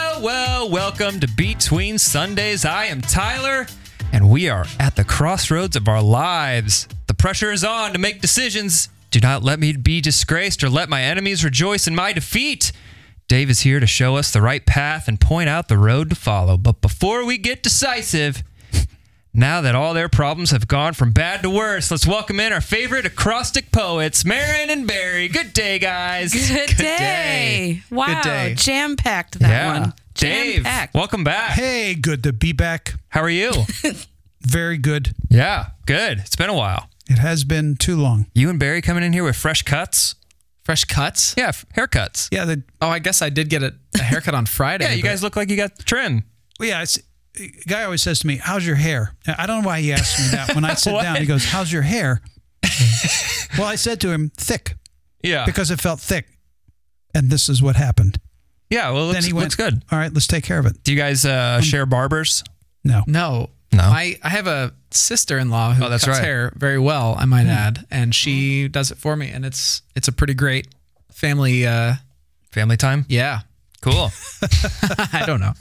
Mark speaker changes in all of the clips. Speaker 1: Hello, welcome to Between Sundays. I am Tyler, and we are at the crossroads of our lives. The pressure is on to make decisions. Do not let me be disgraced or let my enemies rejoice in my defeat. Dave is here to show us the right path and point out the road to follow. But before we get decisive, now that all their problems have gone from bad to worse, let's welcome in our favorite acrostic poets, Marin and Barry. Good day, guys.
Speaker 2: Good, day. Wow.
Speaker 3: day.
Speaker 2: Jam packed that
Speaker 1: Yeah.
Speaker 2: one.
Speaker 1: Dave,
Speaker 2: Jam-packed.
Speaker 1: welcome back.
Speaker 3: Hey, good to be back.
Speaker 1: How are you?
Speaker 3: Very good.
Speaker 1: yeah, good. It's been a while.
Speaker 3: It has been too long.
Speaker 1: You and Barry coming in here with fresh cuts?
Speaker 4: Fresh cuts?
Speaker 1: Yeah, f- haircuts.
Speaker 3: Yeah, the,
Speaker 4: Oh, I guess I did get a, a haircut on Friday.
Speaker 1: Yeah, you
Speaker 4: but-
Speaker 1: guys look like you got trim.
Speaker 3: yeah. It's, a guy always says to me, "How's your hair?" Now, I don't know why he asked me that. When I sit down, he goes, "How's your hair?" well, I said to him, "Thick,"
Speaker 1: Yeah.
Speaker 3: because it felt thick, and this is what happened.
Speaker 1: yeah, well, it
Speaker 3: then
Speaker 1: looks,
Speaker 3: he went,
Speaker 1: looks good.
Speaker 3: All right, let's take care of it.
Speaker 1: Do you guys uh, share barbers?
Speaker 3: No,
Speaker 4: No.
Speaker 1: No.
Speaker 4: I, I have a sister in law who
Speaker 1: Oh, that's
Speaker 4: cuts
Speaker 1: right. Hmm.
Speaker 4: hair very well, I might add, and she does it for me, and it's it's a pretty great family. Uh,
Speaker 1: Family time?
Speaker 4: yeah,
Speaker 1: Cool.
Speaker 4: I don't know.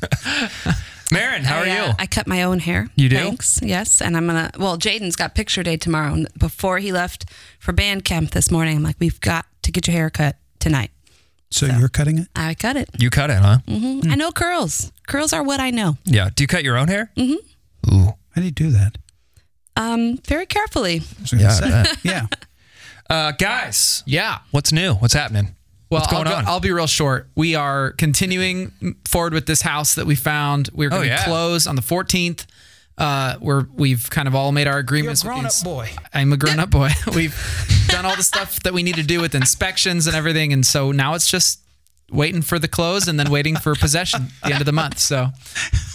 Speaker 1: Marin, how are
Speaker 2: I, uh,
Speaker 1: you?
Speaker 2: I cut my own hair.
Speaker 1: You do?
Speaker 2: Thanks. Yes. And I'm going to, well, Jaden's got picture day tomorrow. And before he left for band camp this morning, I'm like, we've got to get your hair cut tonight.
Speaker 3: so, you're cutting it.
Speaker 2: I cut it.
Speaker 1: you cut it, huh?
Speaker 2: hmm I know curls. Curls are what I know.
Speaker 1: Yeah. Do you cut your own hair? Mm-hmm. Ooh.
Speaker 3: How do you do that?
Speaker 2: Um, very carefully.
Speaker 3: I was gonna
Speaker 1: Yeah, I
Speaker 3: say.
Speaker 1: bet.
Speaker 3: yeah.
Speaker 1: Uh, guys,
Speaker 4: Yeah.
Speaker 1: what's new? What's happening?
Speaker 4: Well,
Speaker 1: what's going
Speaker 4: I'll, go-
Speaker 1: on?
Speaker 4: I'll be real short. We are continuing forward with this house that we found. We're going to
Speaker 1: Oh, yeah.
Speaker 4: close on the 14th. Uh, we're we've kind of all made our agreements. with
Speaker 3: grown-up
Speaker 4: ins-
Speaker 3: boy.
Speaker 4: I'm a grown up boy. we've done all the stuff that we need to do with inspections and everything, and so now it's just waiting for the close and then waiting for possession at the end of the month. So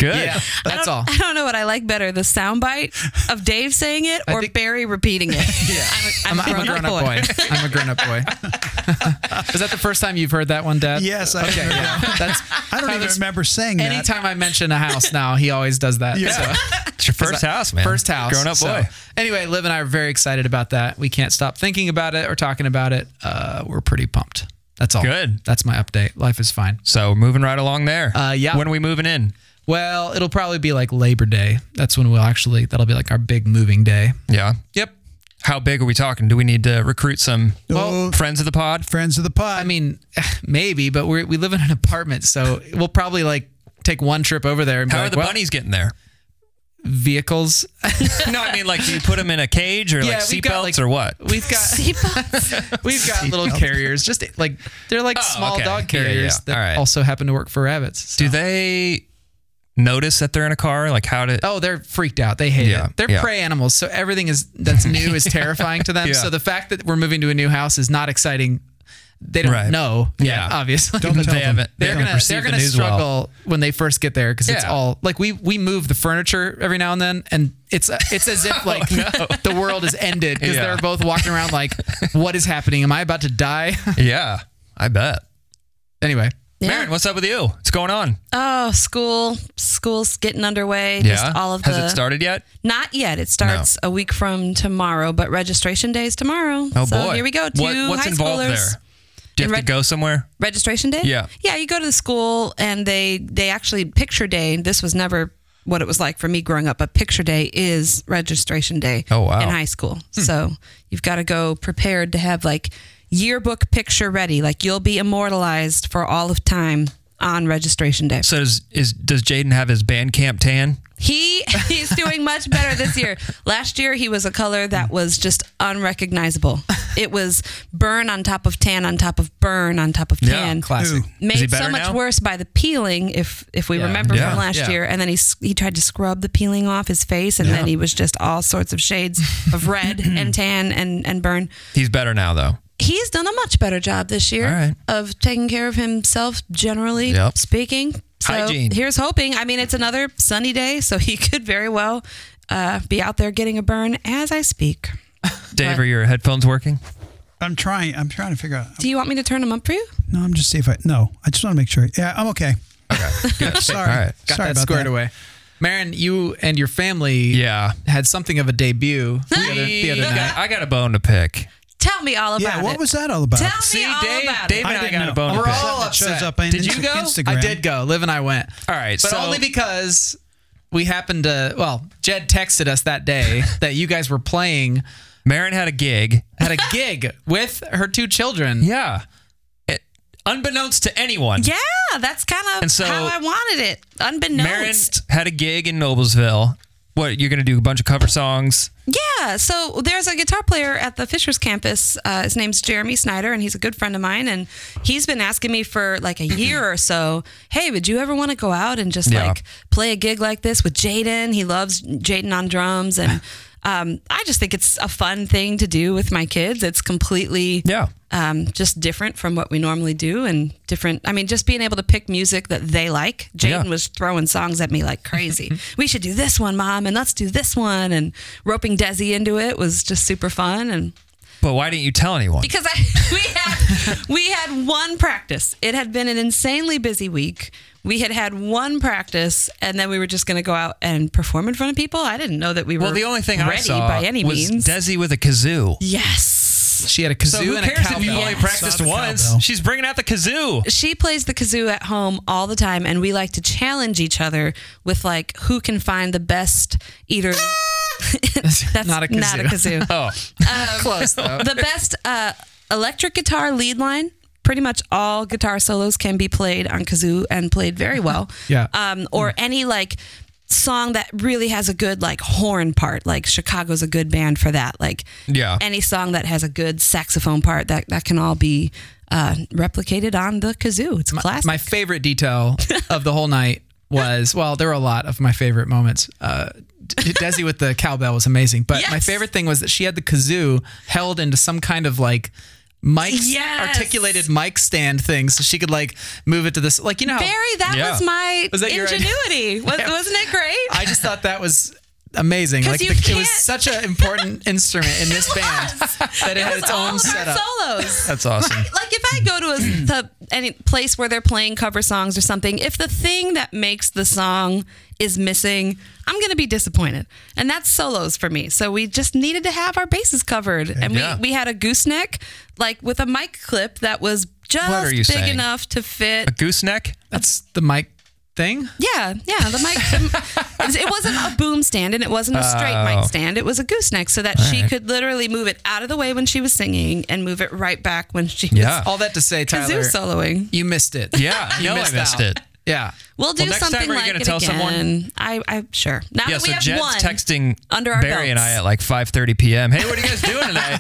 Speaker 1: Good.
Speaker 4: yeah, that's all.
Speaker 2: I don't know what I like better the soundbite of Dave saying it or
Speaker 4: think-
Speaker 2: Barry repeating it. Yeah. I'm a, I'm
Speaker 4: I'm
Speaker 2: a
Speaker 4: a
Speaker 2: grown-up
Speaker 4: grown up boy. I'm a grown up boy. Is that the first time you've heard that one, Dad?
Speaker 3: Yes, I
Speaker 4: Okay.
Speaker 3: heard
Speaker 4: Yeah. That's.
Speaker 3: I don't even
Speaker 4: Tyler's-
Speaker 3: remember saying that.
Speaker 4: Anytime I mention a house now, he always does that.
Speaker 3: Yeah.
Speaker 4: So.
Speaker 1: It's your first house, man.
Speaker 4: First house.
Speaker 1: Grown up
Speaker 4: So,
Speaker 1: boy.
Speaker 4: Anyway, Liv and I are very excited about that. We can't stop thinking about it or talking about it. Uh, we're pretty pumped. That's all.
Speaker 1: Good.
Speaker 4: That's my update. Life is fine.
Speaker 1: So moving right along there.
Speaker 4: Uh, yeah.
Speaker 1: When are we moving in?
Speaker 4: Well, it'll probably be like Labor Day. That's when we'll actually, that'll be like our big moving day.
Speaker 1: Yeah.
Speaker 4: Yep.
Speaker 1: How big are we talking? Do we need to recruit some
Speaker 3: Well-
Speaker 1: friends of the pod?
Speaker 3: Friends of the pod.
Speaker 4: I mean, maybe, but we we live in an apartment, so we'll probably like take one trip over there and be
Speaker 1: How are
Speaker 4: like,
Speaker 1: the
Speaker 4: well,
Speaker 1: bunnies getting there?
Speaker 4: vehicles.
Speaker 1: no, I mean, like, do you put them in a cage or
Speaker 4: Yeah,
Speaker 1: like
Speaker 4: we've got,
Speaker 1: seatbelts
Speaker 4: like-
Speaker 1: or what?
Speaker 4: We've got
Speaker 2: Seatbelts.
Speaker 4: we've got little carriers, just like they're like small
Speaker 1: Oh, okay.
Speaker 4: dog
Speaker 1: Yeah, yeah,
Speaker 4: carriers
Speaker 1: yeah.
Speaker 4: that
Speaker 1: All right.
Speaker 4: also happen to work for rabbits. so-
Speaker 1: Do they notice that they're in a car? Like, how did?
Speaker 4: Oh, they're freaked out. They hate
Speaker 1: Yeah,
Speaker 4: it. They're
Speaker 1: yeah.
Speaker 4: prey animals, so everything is that's new is terrifying to them.
Speaker 1: Yeah.
Speaker 4: So the fact that we're moving to a new house is not exciting. They don't
Speaker 1: Right.
Speaker 4: know.
Speaker 1: Yeah.
Speaker 4: yet, obviously.
Speaker 1: Don't They tell them. haven't- they
Speaker 4: They're
Speaker 1: haven't
Speaker 4: gonna
Speaker 1: received
Speaker 4: they're
Speaker 1: the
Speaker 4: gonna
Speaker 1: news well.
Speaker 4: struggle when they first get there because it's
Speaker 1: Yeah.
Speaker 4: all like we we move the furniture every now and then, and it's it's as if like the world is ended because
Speaker 1: Oh, Yeah.
Speaker 4: they're both walking around like, what is happening? Am I about to die?
Speaker 1: Yeah, I bet.
Speaker 4: anyway,
Speaker 2: Yeah.
Speaker 1: Marin, what's up with you? What's going on?
Speaker 2: Oh, school. School's getting underway.
Speaker 1: yeah,
Speaker 2: Just all of
Speaker 1: has
Speaker 2: the
Speaker 1: it started yet?
Speaker 2: Not yet. It starts a week from tomorrow, but registration day is tomorrow.
Speaker 1: Oh
Speaker 2: so
Speaker 1: boy,
Speaker 2: Here we go.
Speaker 1: What-
Speaker 2: Two
Speaker 1: what's
Speaker 2: high
Speaker 1: involved
Speaker 2: schoolers.
Speaker 1: there? Do you
Speaker 2: in
Speaker 1: have
Speaker 2: reg-
Speaker 1: to go somewhere?
Speaker 2: Registration day.
Speaker 1: Yeah.
Speaker 2: Yeah. You go to the school and they they actually picture day. This was never what it was like for me growing up, but picture day is registration day.
Speaker 1: Oh, wow.
Speaker 2: In high school, so you've got to go prepared to have like yearbook picture ready. Like you'll be immortalized for all of time on registration day.
Speaker 1: So does is does Jaden have his band camp tan?
Speaker 2: He he's doing much better this year. Last year he was a color that was just unrecognizable. It was burn on top of tan on top of burn on top of
Speaker 1: Yeah,
Speaker 2: tan.
Speaker 4: classic.
Speaker 3: Ooh.
Speaker 1: Is he
Speaker 2: Made so
Speaker 1: better
Speaker 2: much
Speaker 1: now?
Speaker 2: worse by the peeling, if if we
Speaker 4: Yeah.
Speaker 2: remember
Speaker 1: Yeah.
Speaker 2: from last
Speaker 4: Yeah.
Speaker 2: year. And then he s- he tried to scrub the peeling off his face, and then he was just all sorts of shades of red and tan and and burn.
Speaker 1: He's better now though.
Speaker 2: He's done a much better job this year
Speaker 1: All right.
Speaker 2: of taking care of himself, generally
Speaker 1: Yep.
Speaker 2: speaking. So
Speaker 1: Hygiene.
Speaker 2: here's hoping. I mean, it's another sunny day, so he could very well uh, be out there getting a burn as I speak.
Speaker 1: Dave,
Speaker 2: What?
Speaker 1: are your headphones working?
Speaker 3: I'm trying. I'm trying to figure out.
Speaker 2: Do you want me to turn him up for you?
Speaker 3: No, I'm just see if I. No, I just want to make sure. Yeah, I'm okay.
Speaker 1: Good.
Speaker 3: Sorry.
Speaker 1: All right.
Speaker 4: got
Speaker 3: Sorry
Speaker 4: that
Speaker 3: about
Speaker 4: squared
Speaker 3: that.
Speaker 4: away. Marin, you and your family
Speaker 1: Yeah.
Speaker 4: had something of a debut the other, the other
Speaker 1: I
Speaker 4: night.
Speaker 1: got- I got a bone to pick.
Speaker 2: Tell me all about
Speaker 3: Yeah,
Speaker 2: it.
Speaker 3: what was that all about?
Speaker 2: Tell
Speaker 1: See,
Speaker 2: me all
Speaker 1: Dave-
Speaker 2: about
Speaker 1: Dave-
Speaker 2: it.
Speaker 1: I got a bone
Speaker 3: bonus.
Speaker 1: to
Speaker 3: We're
Speaker 1: pick.
Speaker 3: all upset. Shows up on
Speaker 4: Did
Speaker 3: Inst-
Speaker 4: you go?
Speaker 3: Instagram.
Speaker 4: I did go. Liv and I went.
Speaker 1: All right,
Speaker 4: But
Speaker 1: so-
Speaker 4: only because we happened to, well, Jed texted us that day that you guys were playing
Speaker 1: Marin had a gig.
Speaker 4: at a gig with her two children.
Speaker 1: Yeah. It, unbeknownst to anyone,
Speaker 2: Yeah, that's kind of
Speaker 1: And so-
Speaker 2: how I wanted it,
Speaker 1: Marin
Speaker 2: unbeknownst.
Speaker 1: had a gig in Noblesville. What, you're going to do a bunch of cover songs?
Speaker 2: Yeah, so there's a guitar player at the Fisher's campus. Uh, his name's Jeremy Snyder, and he's a good friend of mine. And he's been asking me for like a year or so. Hey, would you ever want to go out and just
Speaker 1: Yeah.
Speaker 2: like play a gig like this with Jaden? He loves Jaden on drums, and um, I just think it's a fun thing to do with my kids. It's completely
Speaker 1: Yeah.
Speaker 2: um, just different from what we normally do, and different. I mean, just being able to pick music that they like. Jaden
Speaker 1: Yeah.
Speaker 2: was throwing songs at me like crazy. we should do this one, mom, and let's do this one. And roping Desi into it was just super fun. And
Speaker 1: But why didn't you tell anyone?
Speaker 2: because I, we had we had one practice. It had been an insanely busy week. We had had one practice, and then we were just going to go out and perform in front of people. I didn't know that we were
Speaker 1: well, the only thing
Speaker 2: ready
Speaker 1: I saw
Speaker 2: by any
Speaker 1: was
Speaker 2: means.
Speaker 1: Desi with a kazoo.
Speaker 2: yes.
Speaker 4: She had a kazoo
Speaker 1: So who
Speaker 4: and a
Speaker 1: cares if
Speaker 4: cowbell.
Speaker 1: you only practiced
Speaker 3: Saw the
Speaker 1: once?
Speaker 3: cowbell.
Speaker 1: She's bringing out the kazoo.
Speaker 2: she plays the kazoo at home all the time and we like to challenge each other with like who can find the best either that's
Speaker 4: Not a kazoo.
Speaker 2: not a kazoo.
Speaker 1: Oh,
Speaker 4: Close though.
Speaker 2: Um, the best uh, electric guitar lead line pretty much all guitar solos can be played on kazoo and played very well
Speaker 4: Uh-huh. Yeah. Mm.
Speaker 2: um, or any like song that really has a good like horn part like chicago's a good band for that like
Speaker 1: Yeah.
Speaker 2: any song that has a good saxophone part that that can all be uh, replicated on the kazoo it's a classic
Speaker 4: My favorite detail of the whole night was well, there were a lot of my favorite moments. Uh, D- Desi with the cowbell was amazing, but my
Speaker 2: Yes.
Speaker 4: favorite thing was that she had the kazoo held into some kind of like mic
Speaker 2: Yes.
Speaker 4: articulated mic stand thing, so she could like move it to this like you know. how-
Speaker 2: Barry, that
Speaker 1: Yeah.
Speaker 2: was my
Speaker 4: Was that your idea?
Speaker 2: ingenuity. was, wasn't it great?
Speaker 4: I just thought that was amazing.
Speaker 2: 'Cause
Speaker 4: Like
Speaker 2: you
Speaker 4: the, it was
Speaker 2: can't-
Speaker 4: such an important instrument in this band that it, had its own
Speaker 2: of our
Speaker 4: setup.
Speaker 2: solos.
Speaker 1: that's awesome.
Speaker 2: like if I go to a, the, any place where they're playing cover songs or something, if the thing that makes the song is missing, I'm gonna be disappointed. And that's solos for me. So we just needed to have our bases covered, and
Speaker 1: Yeah.
Speaker 2: we we had a gooseneck like with a mic clip that was
Speaker 1: What
Speaker 2: just
Speaker 1: are you
Speaker 2: big
Speaker 1: saying?
Speaker 2: enough to fit
Speaker 1: A gooseneck?
Speaker 4: That's the mic thing.
Speaker 2: Yeah, yeah. The mic. the- it wasn't a boom stand, and it wasn't a straight
Speaker 1: Oh.
Speaker 2: mic stand. It was a gooseneck, so that she could literally move it out of the way when she was singing, and move it right back when she
Speaker 1: Yeah.
Speaker 4: All that to say,
Speaker 2: was kazoo
Speaker 4: Tyler,
Speaker 2: soloing.
Speaker 4: you missed it.
Speaker 1: Yeah,
Speaker 4: You
Speaker 1: no, I missed
Speaker 4: out.
Speaker 1: it.
Speaker 4: Yeah.
Speaker 2: We'll do
Speaker 1: Well, next time,
Speaker 2: something
Speaker 1: are you
Speaker 2: like
Speaker 1: gonna
Speaker 2: it
Speaker 1: tell
Speaker 2: again.
Speaker 1: someone?
Speaker 2: I, I sure. Now
Speaker 1: Yeah,
Speaker 2: that we
Speaker 1: so
Speaker 2: have
Speaker 1: Jed's
Speaker 2: one
Speaker 1: texting
Speaker 2: under our
Speaker 1: Barry and
Speaker 2: belts.
Speaker 1: I at like 5:30 p.m. Hey, what are you guys doing tonight?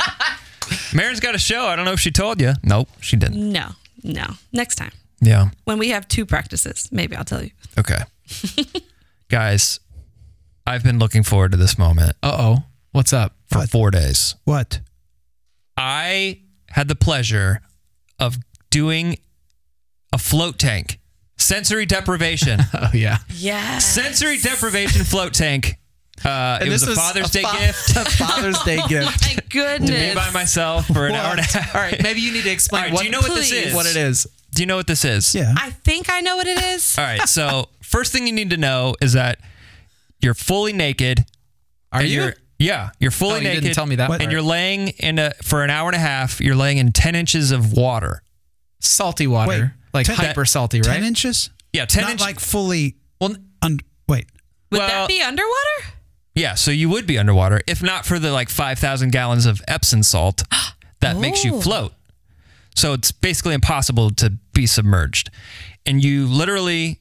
Speaker 1: Marin's got a show. I don't know if she told you. Nope, she didn't.
Speaker 2: No, no. Next time
Speaker 1: Yeah.
Speaker 2: when we have two practices, maybe I'll tell you.
Speaker 1: Okay. Guys, I've been looking forward to this moment
Speaker 4: Uh oh. What's up?
Speaker 1: for 4 days.
Speaker 3: What?
Speaker 1: I had the pleasure of doing a float tank. Sensory deprivation.
Speaker 4: Oh yeah.
Speaker 2: Yes.
Speaker 1: Sensory deprivation float tank. Uh, it was a Father's Day gift
Speaker 4: A Father's Day gift.
Speaker 2: My goodness.
Speaker 1: to me by myself for an hour and a half.
Speaker 4: All right. Maybe you need to explain
Speaker 1: All right,
Speaker 4: what,
Speaker 1: do you know what this
Speaker 2: Please.
Speaker 1: is?
Speaker 4: what it is.
Speaker 1: Do you know what this is?
Speaker 3: Yeah.
Speaker 2: I think I know what it is.
Speaker 1: All right. So first thing you need to know is that you're fully naked.
Speaker 4: Are
Speaker 1: and
Speaker 4: you?
Speaker 1: You're, yeah, you're fully
Speaker 4: Oh, you
Speaker 1: naked.
Speaker 4: didn't tell me that.
Speaker 3: What?
Speaker 1: And
Speaker 4: part.
Speaker 1: you're laying in a for an hour and a half. You're laying in ten inches of water.
Speaker 4: salty water,
Speaker 3: Wait,
Speaker 4: like
Speaker 3: ten-
Speaker 4: hyper salty, right?
Speaker 3: Ten inches?
Speaker 1: Yeah, ten
Speaker 3: Not
Speaker 1: inches.
Speaker 3: like fully.
Speaker 4: well,
Speaker 3: Un- wait.
Speaker 2: Would
Speaker 1: Well-
Speaker 2: that be underwater?
Speaker 1: yeah, so you would be underwater if not for the like five thousand gallons of Epsom salt that makes you
Speaker 2: Oh.
Speaker 1: float. So it's basically impossible to be submerged, and you literally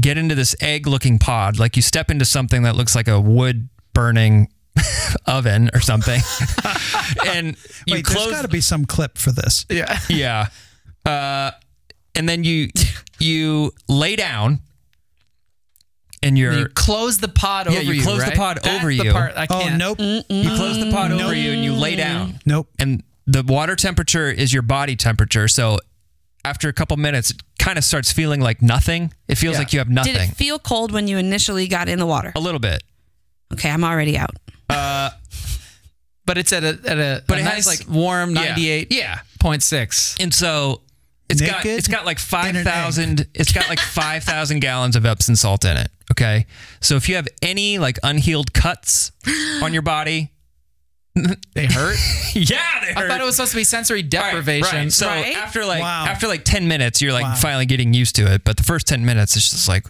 Speaker 1: get into this egg-looking pod. Like you step into something that looks like a wood-burning oven or something, and you
Speaker 3: Wait,
Speaker 1: close.
Speaker 3: there's got to be some clip for this.
Speaker 4: yeah.
Speaker 1: yeah. Uh, and then you you lay down, and you're
Speaker 4: You
Speaker 1: you,
Speaker 4: close the pod over
Speaker 1: you
Speaker 4: you.
Speaker 1: close the
Speaker 4: right?
Speaker 1: pod
Speaker 4: That's
Speaker 1: over
Speaker 4: the
Speaker 1: you.
Speaker 4: part I
Speaker 3: Oh,
Speaker 4: can't.
Speaker 3: nope.
Speaker 1: close the pod over you, and you lay down,
Speaker 3: Nope.
Speaker 1: and the water temperature is your body temperature. So after a couple minutes, it kind of starts feeling like nothing. It feels
Speaker 4: Yeah.
Speaker 1: like you have
Speaker 2: Did
Speaker 1: nothing.
Speaker 2: it feel cold when you initially got in the water?
Speaker 1: a little bit.
Speaker 2: Okay, I'm already out.
Speaker 4: But it's at a at a,
Speaker 1: But
Speaker 4: a
Speaker 1: it has-
Speaker 4: nice like warm
Speaker 1: Yeah.
Speaker 4: ninety eight
Speaker 1: Yeah.
Speaker 4: point six.
Speaker 1: And so it's got
Speaker 3: Naked
Speaker 1: it's got like
Speaker 3: and
Speaker 1: five
Speaker 3: an
Speaker 1: thousand it's got like five thousand gallons of Epsom salt in it. Okay. So if you have any like unhealed cuts on your body,
Speaker 3: They
Speaker 4: They hurt.
Speaker 1: yeah, they
Speaker 4: I
Speaker 1: hurt.
Speaker 4: thought it was supposed to be sensory
Speaker 1: All right,
Speaker 4: deprivation.
Speaker 1: right. So
Speaker 2: Right?
Speaker 1: after like
Speaker 3: Wow.
Speaker 1: after like ten minutes, you're like finally getting used to it. But the first ten minutes, it's just like,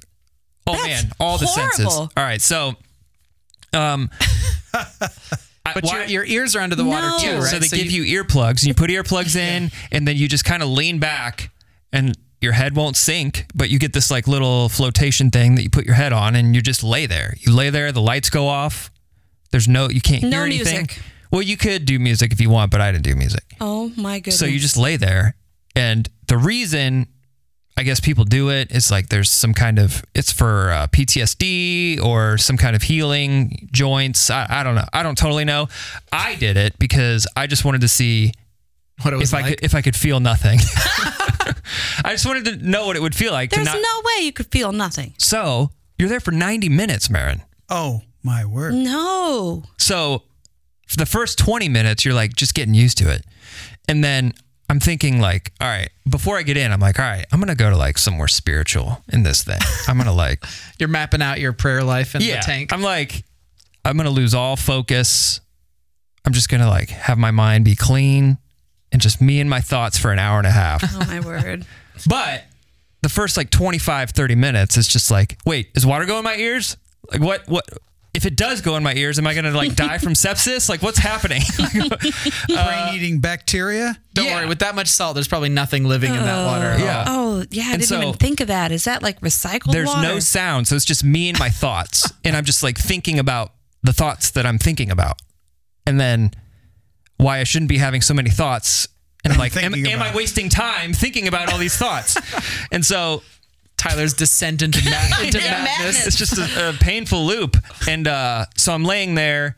Speaker 1: oh
Speaker 2: That's
Speaker 1: man, all the senses. All
Speaker 2: horrible.
Speaker 1: right, so um, I-
Speaker 4: but
Speaker 1: why-
Speaker 4: your, your ears are under the water
Speaker 2: No.
Speaker 4: too, right?
Speaker 1: so they give you, earplugs, and you put earplugs in, and then you just kind of lean back, and your head won't sink, but you get this like little flotation thing that you put your head on, and you just lay there. You lay there, the lights go off. There's no, you can't
Speaker 2: No
Speaker 1: hear anything.
Speaker 2: music.
Speaker 1: Well, you could do music if you want, but I didn't do music.
Speaker 2: Oh my goodness.
Speaker 1: So you just lay there. And the reason I guess people do it is like there's some kind of, it's for uh, PTSD or some kind of healing joints. I, I don't know. I don't totally know. I did it because I just wanted to see
Speaker 4: what it was
Speaker 1: if I
Speaker 4: like.
Speaker 1: could, if I could feel nothing. I just wanted to know what it would feel like. To
Speaker 2: There's
Speaker 1: not,
Speaker 2: no way you could feel nothing.
Speaker 1: so you're there for 90 minutes, Marin.
Speaker 3: Oh my word!
Speaker 2: No.
Speaker 1: So for the first 20 minutes, you're like just getting used to it. And then I'm thinking like, all right, before I get in, I'm like, all right, I'm going to go to like somewhere spiritual in this thing. I'm going to like,
Speaker 4: You're mapping out your prayer life in
Speaker 1: yeah,
Speaker 4: the tank.
Speaker 1: I'm like, I'm going to lose all focus. I'm just going to like have my mind be clean and just me and my thoughts for an hour and a half.
Speaker 2: Oh my word.
Speaker 1: but the first like 25, 30 minutes is just like, wait, is water going in my ears? Like what, what, if it does go in my ears, am I going to like die from sepsis? Like what's happening?
Speaker 3: Brain-eating bacteria.
Speaker 4: Don't
Speaker 1: Yeah.
Speaker 4: worry, with that much salt, there's probably nothing living in that water. at all.
Speaker 1: Yeah.
Speaker 2: Oh yeah, I
Speaker 1: And
Speaker 2: didn't
Speaker 1: so-
Speaker 2: even think of that. Is that like recycled
Speaker 1: there's
Speaker 2: water?
Speaker 1: no sound so it's just me and my thoughts and i'm just like thinking about the thoughts that i'm thinking about and then why i shouldn't be having so many thoughts and i'm like am,
Speaker 3: thinking
Speaker 1: am i
Speaker 3: about.
Speaker 1: wasting time thinking about all these thoughts and so
Speaker 4: Tyler's descent into, ma- into
Speaker 1: Yeah.
Speaker 4: madness.
Speaker 1: it's just a, a painful loop and uh, so i'm laying there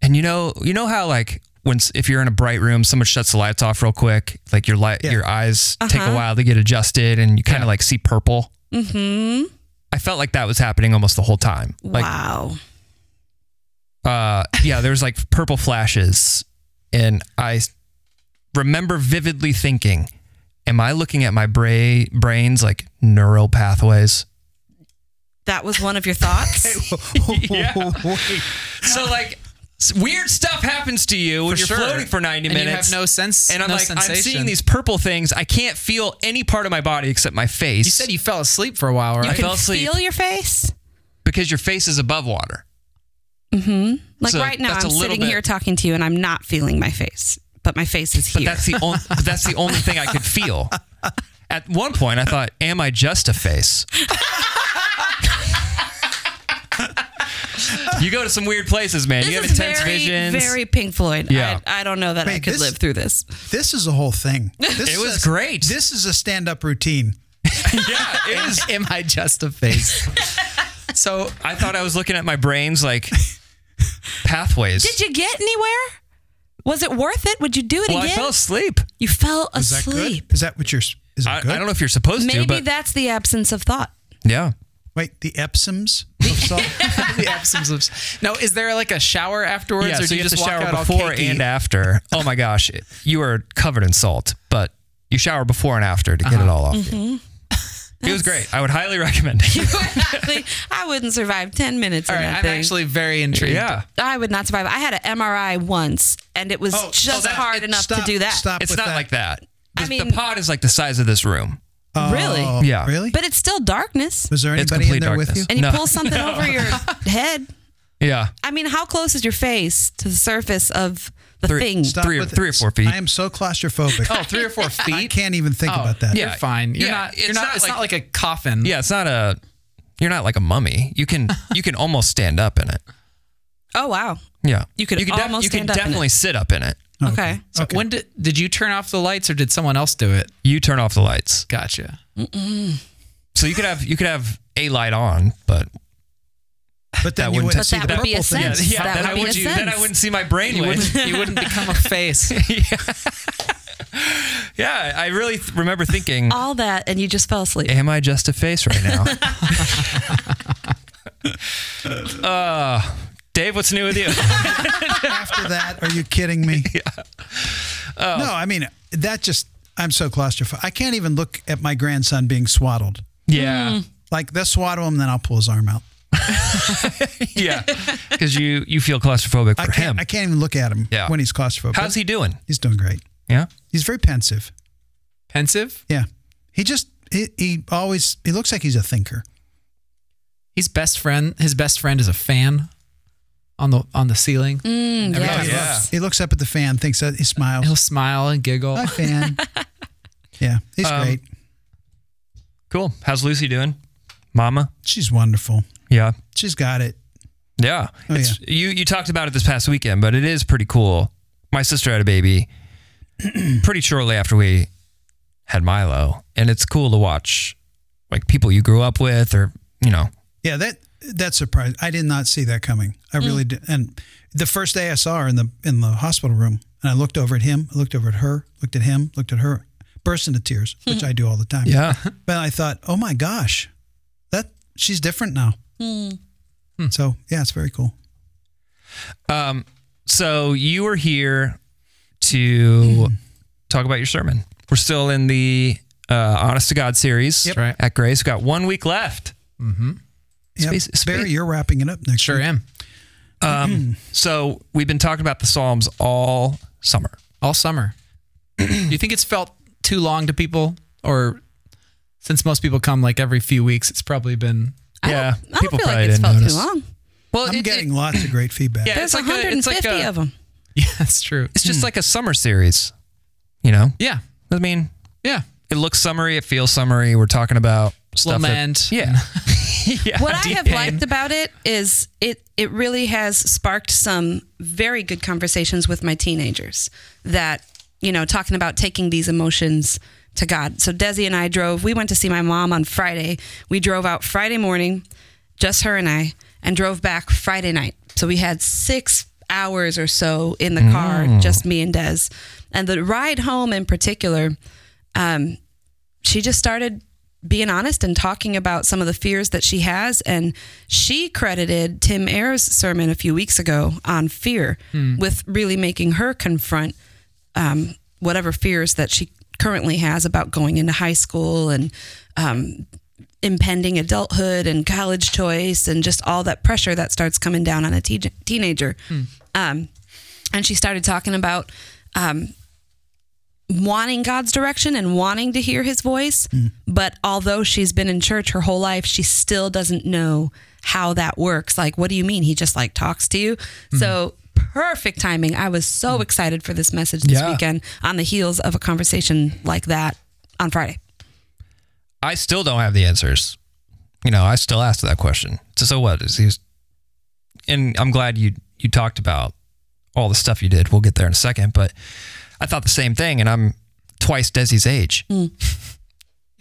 Speaker 1: and you know you know how like when s- if you're in a bright room someone shuts the lights off real quick like your light your eyes take a while to get adjusted and you kind of like see purple mm-hmm. i felt like that was happening almost the whole time like
Speaker 2: wow.
Speaker 1: uh yeah there was like purple flashes and i s- remember vividly thinking am i looking at my bra- brain's like neural pathways
Speaker 2: That was one of your thoughts.
Speaker 1: so like s- weird stuff happens to you when
Speaker 4: For
Speaker 1: you're
Speaker 4: sure.
Speaker 1: floating for 90
Speaker 4: And you
Speaker 1: minutes
Speaker 4: have no sense-
Speaker 1: and i'm
Speaker 4: no
Speaker 1: like i'm
Speaker 4: sensation.
Speaker 1: seeing these purple things i can't feel any part of my body except my face
Speaker 4: You said you fell asleep for a while,
Speaker 1: i
Speaker 4: right?
Speaker 1: fell asleep
Speaker 2: Feel your face.
Speaker 1: because your face is above water
Speaker 2: Like
Speaker 1: So
Speaker 2: right now,
Speaker 1: that's a
Speaker 2: I'm
Speaker 1: little
Speaker 2: sitting
Speaker 1: bit-
Speaker 2: here talking to you, and I'm not feeling my face, but my face is
Speaker 1: but
Speaker 2: here.
Speaker 1: that's the only but that's the only thing i could feel at one point i thought am i just a face you go to some weird places man you have
Speaker 2: is
Speaker 1: intense
Speaker 2: very,
Speaker 1: visions
Speaker 2: Very Pink Floyd.
Speaker 1: Yeah.
Speaker 2: I, I don't know that I
Speaker 3: Wait,
Speaker 2: could
Speaker 3: this-
Speaker 2: live through this.
Speaker 3: This is a whole thing. This
Speaker 1: It
Speaker 3: is
Speaker 1: was
Speaker 3: a-
Speaker 1: great.
Speaker 3: This is a stand-up routine.
Speaker 1: yeah it was
Speaker 4: Am I just a face? so
Speaker 1: i thought i was looking at my brains like pathways
Speaker 2: Did you get anywhere? Was it worth it? Would you do it
Speaker 1: well i
Speaker 2: again?
Speaker 1: fell asleep
Speaker 2: you fell
Speaker 3: Is that
Speaker 2: asleep.
Speaker 3: good? Is that what you're? Is it
Speaker 1: I, I
Speaker 3: good?
Speaker 1: don't know if you're supposed
Speaker 2: Maybe
Speaker 1: to, but
Speaker 2: that's the absence of thought.
Speaker 1: yeah.
Speaker 3: Wait, the Epsoms of salt.
Speaker 4: the Epsom slips. No, is there like a shower afterwards,
Speaker 1: Yeah,
Speaker 4: or
Speaker 1: so
Speaker 4: do
Speaker 1: you
Speaker 4: you,
Speaker 1: have to
Speaker 4: just walk
Speaker 1: shower
Speaker 4: out all
Speaker 1: before
Speaker 4: cakey?
Speaker 1: and after. Oh my gosh, you are covered in salt, but you shower before and after to get it all off. you. It was great. I would highly recommend it.
Speaker 2: I wouldn't survive 10 minutes
Speaker 4: All
Speaker 2: in
Speaker 4: right,
Speaker 2: that
Speaker 4: I'm
Speaker 2: thing.
Speaker 4: actually very intrigued.
Speaker 1: yeah.
Speaker 2: I would not survive. I had an MRI once, and it was
Speaker 3: Oh,
Speaker 2: just
Speaker 3: oh, that-
Speaker 2: hard
Speaker 3: it-
Speaker 2: enough to
Speaker 3: stop,
Speaker 2: do that.
Speaker 3: stop.
Speaker 1: It's
Speaker 3: with
Speaker 1: not
Speaker 3: that.
Speaker 1: like that. The,
Speaker 2: I mean-
Speaker 1: the pod is like the size of this room.
Speaker 2: Really?
Speaker 3: Oh,
Speaker 1: Yeah.
Speaker 3: Really?
Speaker 2: But it's still darkness,
Speaker 3: was there
Speaker 1: It's
Speaker 3: anybody in
Speaker 1: complete
Speaker 3: there with you?
Speaker 1: darkness.
Speaker 2: and you
Speaker 1: No.
Speaker 2: pull something over your head.
Speaker 1: Yeah.
Speaker 2: I mean, how close is your face to the surface of the
Speaker 1: Three-
Speaker 2: thing?
Speaker 1: stop. Three- three or four feet.
Speaker 3: I am so claustrophobic.
Speaker 4: Oh, three or four feet.
Speaker 3: I can't even think
Speaker 4: Oh,
Speaker 3: about that.
Speaker 4: You're
Speaker 1: Yeah.
Speaker 4: fine. You're
Speaker 1: Yeah,
Speaker 4: not. You're
Speaker 1: it's
Speaker 4: not.
Speaker 1: not
Speaker 4: it's
Speaker 1: like-
Speaker 4: not like a coffin.
Speaker 1: Yeah, it's not a you're not like a mummy. You can you can almost stand up in it.
Speaker 2: Oh wow.
Speaker 1: Yeah.
Speaker 2: You could
Speaker 1: def-
Speaker 2: almost
Speaker 1: you could
Speaker 2: stand up in it.
Speaker 1: definitely sit up in it.
Speaker 2: Okay.
Speaker 4: So When did did you turn off the lights, or did someone else do it?
Speaker 1: You turn off the lights.
Speaker 4: Gotcha.
Speaker 1: So you could have you could have a light on, but
Speaker 3: But
Speaker 1: That
Speaker 3: then you
Speaker 1: wouldn't
Speaker 3: wouldn't
Speaker 1: touch
Speaker 3: see
Speaker 2: But
Speaker 3: the
Speaker 2: that would
Speaker 3: purple
Speaker 2: be a
Speaker 3: thing.
Speaker 2: sense. Yeah, that
Speaker 1: then,
Speaker 2: would
Speaker 1: I
Speaker 2: be a
Speaker 1: wouldn't, then I
Speaker 2: sense.
Speaker 1: wouldn't see my brain
Speaker 4: You
Speaker 1: waves.
Speaker 4: wouldn't. You wouldn't become a face.
Speaker 1: Yeah, I really th- remember thinking,
Speaker 2: All that, and you just fell asleep.
Speaker 1: am I just a face right now? uh, Uh, Dave, what's new with you?
Speaker 3: After that, are you kidding me?
Speaker 1: Oh.
Speaker 3: No, I mean that just. I'm so claustrophobic. I can't even look at my grandson being swaddled.
Speaker 1: yeah.
Speaker 3: Like they'll swaddle him, then I'll pull his arm out.
Speaker 1: yeah, because you you feel claustrophobic
Speaker 3: I
Speaker 1: for him.
Speaker 3: can't, I can't even look at him
Speaker 1: Yeah.
Speaker 3: when he's claustrophobic.
Speaker 1: How's he doing?
Speaker 3: He's doing great.
Speaker 1: Yeah,
Speaker 3: He's very pensive.
Speaker 4: Pensive?
Speaker 3: Yeah. He just, he, he always, he looks like he's a thinker.
Speaker 4: He's best friend. His best friend is a fan on the on the ceiling.
Speaker 2: Mm,
Speaker 4: Every
Speaker 2: yes.
Speaker 4: time he
Speaker 1: yeah.
Speaker 3: He looks up at the fan, thinks that he smiles.
Speaker 4: He'll smile and giggle.
Speaker 3: Hi, fan. yeah. He's
Speaker 1: Um,
Speaker 3: great.
Speaker 1: cool. How's Lucy doing, Mama?
Speaker 3: She's wonderful.
Speaker 1: Yeah,
Speaker 3: She's got it.
Speaker 1: yeah.
Speaker 3: Oh,
Speaker 1: it's you you talked about it this past weekend, but it is pretty cool. My sister had a baby pretty shortly after we had Milo, and it's cool to watch like people you grew up with, or you know,
Speaker 3: Yeah, that that surprised. I did not see that coming. I really did. And the first day I saw her in the in the hospital room, and I looked over at him, I looked over at her, looked at him, looked at her, burst into tears, which I do all the time.
Speaker 1: yeah.
Speaker 3: But I thought, oh my gosh, that she's different now. So yeah, it's very cool.
Speaker 1: Um, so you were here to
Speaker 2: Mm-hmm.
Speaker 1: talk about your sermon. We're still in the uh, Honest to God series
Speaker 4: Yep. Right.
Speaker 1: at Grace. We've got one week left.
Speaker 3: Yeah,
Speaker 1: Space-
Speaker 3: Barry,
Speaker 1: space-
Speaker 3: you're wrapping it up next.
Speaker 4: Sure
Speaker 3: week.
Speaker 4: am.
Speaker 1: So we've been talking about the Psalms all summer.
Speaker 4: All summer. Do you think it's felt too long to people, or since most people come like every few weeks, it's probably been
Speaker 2: I don't,
Speaker 1: yeah,
Speaker 2: I don't feel like it's felt too long.
Speaker 1: Well,
Speaker 3: I'm
Speaker 1: it-
Speaker 3: getting
Speaker 1: it-
Speaker 3: lots of great feedback.
Speaker 1: Yeah, it's
Speaker 2: There's
Speaker 1: like a, it's
Speaker 2: 150
Speaker 1: like a,
Speaker 2: of them.
Speaker 4: yeah, that's true.
Speaker 1: It's just like a summer series. You know,
Speaker 4: Yeah,
Speaker 1: I mean,
Speaker 4: yeah.
Speaker 1: it looks summery. It feels summery. We're talking about stuff. that-
Speaker 4: Lament.
Speaker 1: yeah. yeah.
Speaker 2: What I
Speaker 1: deep
Speaker 2: have
Speaker 1: pain.
Speaker 2: liked about it is it it really has sparked some very good conversations with my teenagers that you know talking about taking these emotions to God. So Desi and I drove. We went to see my mom on Friday. We drove out Friday morning, just her and I, and drove back Friday night. So we had six hours or so in the car, just me and Des. And the ride home in particular, um, she just started being honest and talking about some of the fears that she has. And she credited Tim Ayers' sermon a few weeks ago on fear with really making her confront um, whatever fears that she currently has about going into high school and um, impending adulthood and college choice and just all that pressure that starts coming down on a te- teenager. Um, and she started talking about um, wanting God's direction and wanting to hear his voice. But although she's been in church her whole life, she still doesn't know how that works. Like, what do you mean? He just like talks to you. So perfect timing. I was so excited for this message this
Speaker 1: Yeah.
Speaker 2: weekend on the heels of a conversation like that on Friday.
Speaker 1: I still don't have the answers. You know, I still ask that question. So, so what is he's? And I'm glad you you talked about all the stuff you did. We'll get there in a second, but I thought the same thing, and I'm twice Desi's age.
Speaker 2: Hmm.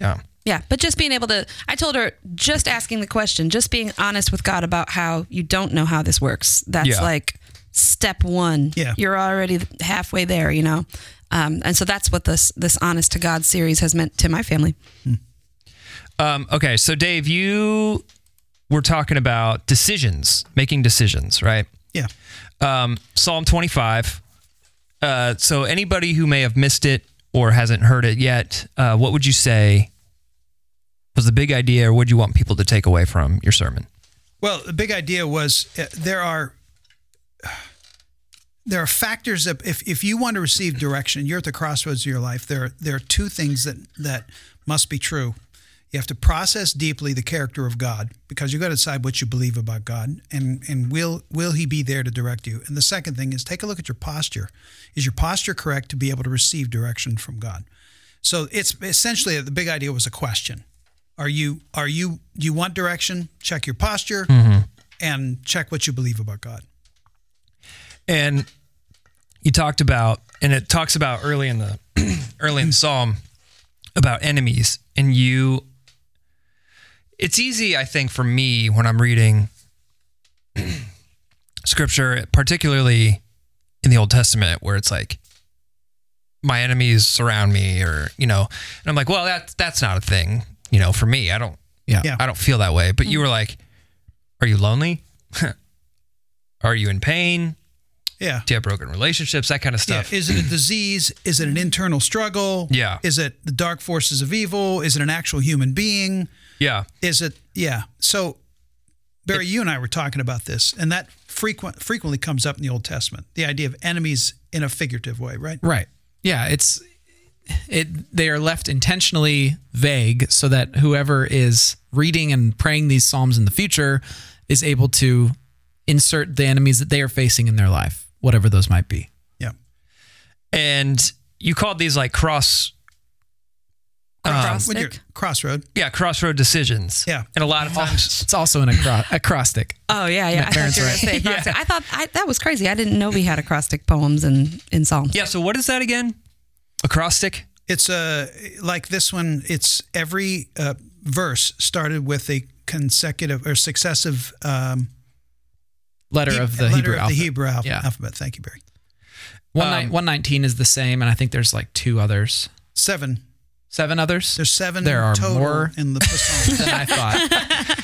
Speaker 1: Yeah,
Speaker 2: Yeah, but just being able to, I told her just asking the question, just being honest with God about how you don't know how this works. That's
Speaker 1: Yeah.
Speaker 2: like step one.
Speaker 3: Yeah.
Speaker 2: you're already halfway there, you know. Um, and so that's what this this honest to God series has meant to my family.
Speaker 1: Um, okay, so Dave, you were talking about decisions, making decisions, right?
Speaker 3: Yeah.
Speaker 1: Um, Psalm 25. Uh, so, anybody who may have missed it or hasn't heard it yet, uh, what would you say was the big idea, or what do you want people to take away from your sermon?
Speaker 3: Well, the big idea was uh, there are there are factors that if, if you want to receive direction, you're at the crossroads of your life. There there are two things that that must be true. You have to process deeply the character of God because you've got to decide what you believe about God and and will will he be there to direct you? And the second thing is take a look at your posture. Is your posture correct to be able to receive direction from God? So it's essentially the big idea was a question. Are you are you do you want direction? Check your posture
Speaker 1: Mm-hmm.
Speaker 3: and check what you believe about God.
Speaker 1: And you talked about, and it talks about early in the early in the psalm about enemies, and you. It's easy, I think, for me when I'm reading scripture, particularly in the Old Testament, where it's like my enemies surround me, or you know, and I'm like, well, that's that's not a thing, you know, for me. I don't,
Speaker 3: Yeah.
Speaker 1: I don't feel that way. But you were like, are you lonely? are you in pain?
Speaker 3: Yeah.
Speaker 1: do you have broken relationships, that kind of
Speaker 3: Yeah.
Speaker 1: stuff.
Speaker 3: Is it a disease? Is it an internal struggle?
Speaker 1: Yeah.
Speaker 3: Is it the dark forces of evil? Is it an actual human being?
Speaker 1: Yeah.
Speaker 3: Is it yeah. So Barry, you and I were talking about this, and that frequent frequently comes up in the Old Testament. The idea of enemies in a figurative way, right?
Speaker 4: Right. Yeah, it's it they are left intentionally vague so that whoever is reading and praying these psalms in the future is able to insert the enemies that they are facing in their life, whatever those might be.
Speaker 3: Yeah.
Speaker 1: And you called these like cross,
Speaker 3: When you're-
Speaker 2: Acrostic?
Speaker 3: crossroad.
Speaker 1: yeah, crossroad decisions.
Speaker 3: Yeah.
Speaker 1: And a lot of times,
Speaker 4: It's also an acro- acrostic.
Speaker 2: Oh yeah, yeah. I thought,
Speaker 4: parents
Speaker 2: you were
Speaker 4: right.
Speaker 2: gonna say acrostic. I thought I, that was crazy. I didn't know we had acrostic poems in in Psalms.
Speaker 1: yeah. So what is that again? Acrostic.
Speaker 3: It's a like this one. It's every uh, verse started with a consecutive or successive um,
Speaker 4: Letter
Speaker 3: he-
Speaker 4: of the
Speaker 3: letter
Speaker 4: Hebrew
Speaker 3: of
Speaker 4: alphabet.
Speaker 3: the Hebrew Um, alph-
Speaker 4: Yeah.
Speaker 3: alphabet. Thank you, Barry.
Speaker 4: One nine- 119 is the same, and I think there's like two others.
Speaker 3: Seven.
Speaker 4: Seven others
Speaker 3: There's seven.
Speaker 4: There are
Speaker 3: total
Speaker 4: more.
Speaker 3: in the Psalms.
Speaker 4: than I thought.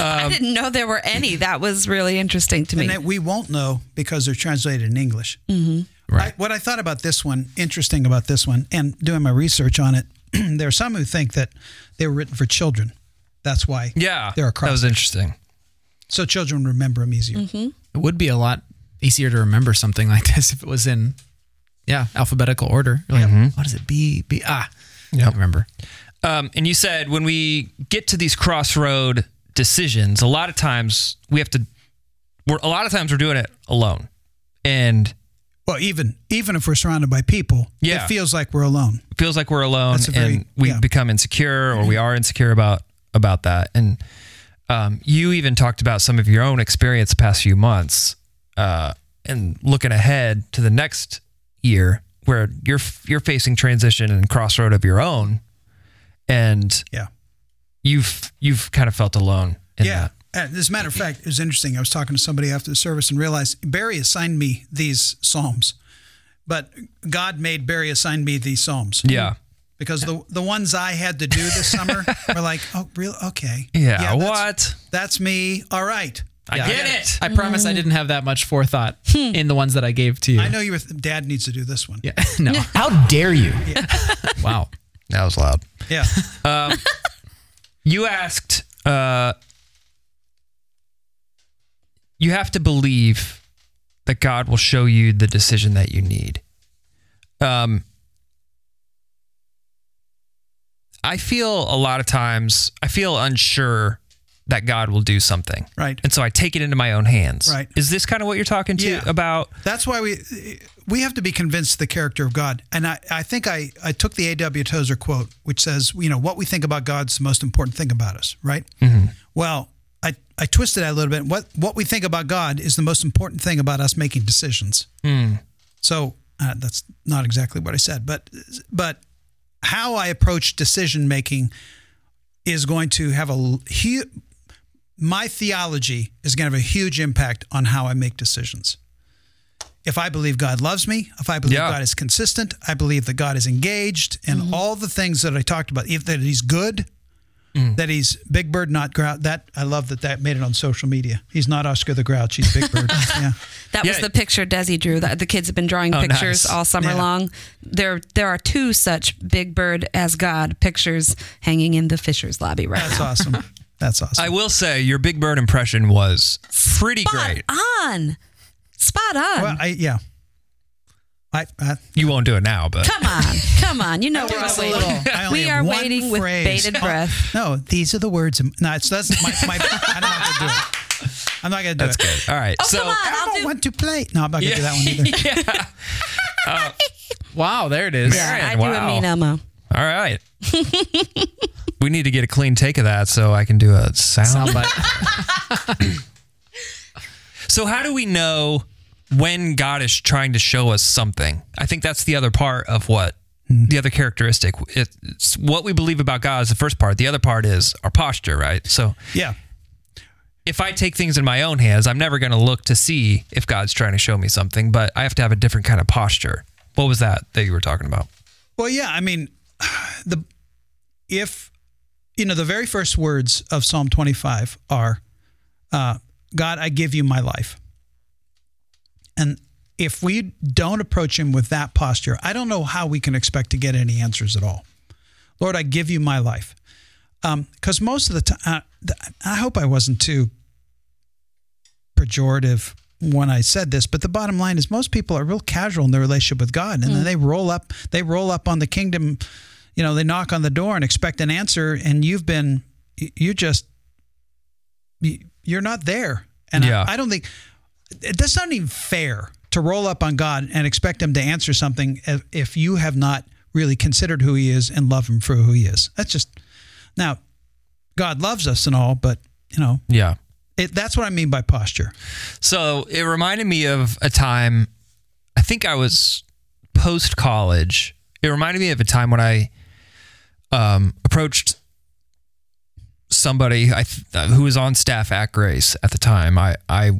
Speaker 2: I didn't know there were any. That was really interesting to me.
Speaker 3: and that we won't know because they're translated in English.
Speaker 4: Right.
Speaker 3: I, what I thought about this one, interesting about this one, and doing my research on it, there are some who think that they were written for children. That's why.
Speaker 1: Yeah.
Speaker 3: They're
Speaker 1: That was
Speaker 3: acrostic.
Speaker 1: interesting.
Speaker 3: So children remember them easier.
Speaker 4: It would be a lot easier to remember something like this if it was in, yeah, alphabetical order. You're like, what is it? B, B, ah. Yeah. I remember.
Speaker 1: Um, and you said when we get to these crossroad decisions, a lot of times we have to. We're a lot of times we're doing it alone, and
Speaker 3: Well, even even if we're surrounded by people,
Speaker 1: Yeah.
Speaker 3: it feels like we're alone.
Speaker 1: it feels like we're alone,
Speaker 3: That's a very-
Speaker 1: and we
Speaker 3: yeah.
Speaker 1: become insecure or we are insecure about about that. And um, you even talked about some of your own experience the past few months, uh, and looking ahead to the next year where you're you're facing transition and crossroad of your own, and
Speaker 3: Yeah.
Speaker 1: you've you've kind of felt alone. In
Speaker 3: Yeah.
Speaker 1: that.
Speaker 3: Uh, as a matter of fact, it was interesting. I was talking to somebody after the service and realized Barry assigned me these psalms, but God made Barry assign me these psalms.
Speaker 1: Yeah.
Speaker 3: because the the ones I had to do this summer were like, oh, real okay,
Speaker 1: Yeah.
Speaker 3: that's-
Speaker 1: what?
Speaker 3: That's me. All right,
Speaker 1: I get it.
Speaker 4: I promise I didn't have that much forethought in the ones that I gave to you.
Speaker 3: I know your dad needs to do this one.
Speaker 4: Yeah. no. How dare you? wow.
Speaker 1: That was loud.
Speaker 3: Yeah.
Speaker 1: You asked. Uh, you have to believe that God will show you the decision that you need. Um, I feel a lot of times I feel unsure that God will do something,
Speaker 3: Right.
Speaker 1: and so I take it into my own hands.
Speaker 3: Right.
Speaker 1: Is this kind of what you're talking to
Speaker 3: Yeah.
Speaker 1: about?
Speaker 3: That's why we we have to be convinced of the character of God. And I, I think I, I took the A.W. Tozer quote, which says, you know, what we think about God's the most important thing about us, right? Well, I, I twisted that a little bit. What what we think about God is the most important thing about us making decisions. So uh, that's not exactly what I said, but but how I approach decision making is going to have a l- hu my theology is going to have a huge impact on how I make decisions. If I believe God loves me, if I believe
Speaker 1: Yeah.
Speaker 3: God is consistent, I believe that God is engaged, and all the things that I talked about, if that He's good, that He's Big Bird, not Grouch. That I love that that made it on social media. He's not Oscar the Grouch; he's Big Bird. yeah,
Speaker 2: That was
Speaker 1: Yeah.
Speaker 2: the picture Desi drew. That the kids have been drawing
Speaker 1: Oh,
Speaker 2: pictures
Speaker 1: nice.
Speaker 2: all summer
Speaker 3: Yeah.
Speaker 2: long. There, there are two such Big Bird as God pictures hanging in the Fisher's lobby right
Speaker 3: that's
Speaker 2: now.
Speaker 3: awesome. That's awesome.
Speaker 1: I will say your Big Bird impression was pretty great.
Speaker 2: On, spot on.
Speaker 3: Well, I yeah. I, I
Speaker 1: You won't do it now, but
Speaker 2: come on, come on. You know we're all
Speaker 3: Just a
Speaker 2: waiting.
Speaker 3: little. I only
Speaker 2: we
Speaker 3: have
Speaker 2: are
Speaker 3: one
Speaker 2: waiting with
Speaker 3: phrase.
Speaker 2: bated
Speaker 3: Oh,
Speaker 2: breath.
Speaker 3: No, these are the words. of- No, it's that's my. my I'm not gonna do it. I'm not gonna do
Speaker 1: that's
Speaker 3: it.
Speaker 1: good. All right.
Speaker 2: Oh,
Speaker 1: so
Speaker 2: come on.
Speaker 3: I
Speaker 2: I'll
Speaker 3: don't
Speaker 2: do-
Speaker 3: want to play. No, I'm not gonna do that one either.
Speaker 4: Wow. There it is.
Speaker 2: Yeah, I
Speaker 1: Marion,
Speaker 2: do
Speaker 1: wow.
Speaker 2: a mean Elmo.
Speaker 1: All right. we need to get a clean take of that so I can do a sound.
Speaker 4: Soundbite.
Speaker 1: So how do we know when God is trying to show us something? I think that's the other part of what the other characteristic. It's what we believe about God is the first part. The other part is our posture, right? So
Speaker 3: Yeah,
Speaker 1: if I take things in my own hands, I'm never going to look to see if God's trying to show me something, but I have to have a different kind of posture. What was that that you were talking about?
Speaker 3: Well, yeah, I mean, the if you know the very first words of Psalm 25 are, uh, "God, I give you my life," and if we don't approach Him with that posture, I don't know how we can expect to get any answers at all. Lord, I Um, uh, give you my life, because most of the time, I hope I wasn't too pejorative when I said this, but the bottom line is most people are real casual in their relationship with God, and then they roll up they roll up on the kingdom. You know, they knock on the door and expect an answer, and you've been y- you just y- you're not there. And
Speaker 1: Yeah.
Speaker 3: I, I don't think it- that's not even fair to roll up on God and expect Him to answer something if, if you have not really considered who He is and love Him for who He is. That's just now God loves us and all, but you know
Speaker 1: Yeah.
Speaker 3: it, that's what I mean by posture.
Speaker 1: So it reminded me of a time, I think I was post college. It reminded me of a time when I um, approached somebody I th- uh, who was on staff at Grace at the time. I, I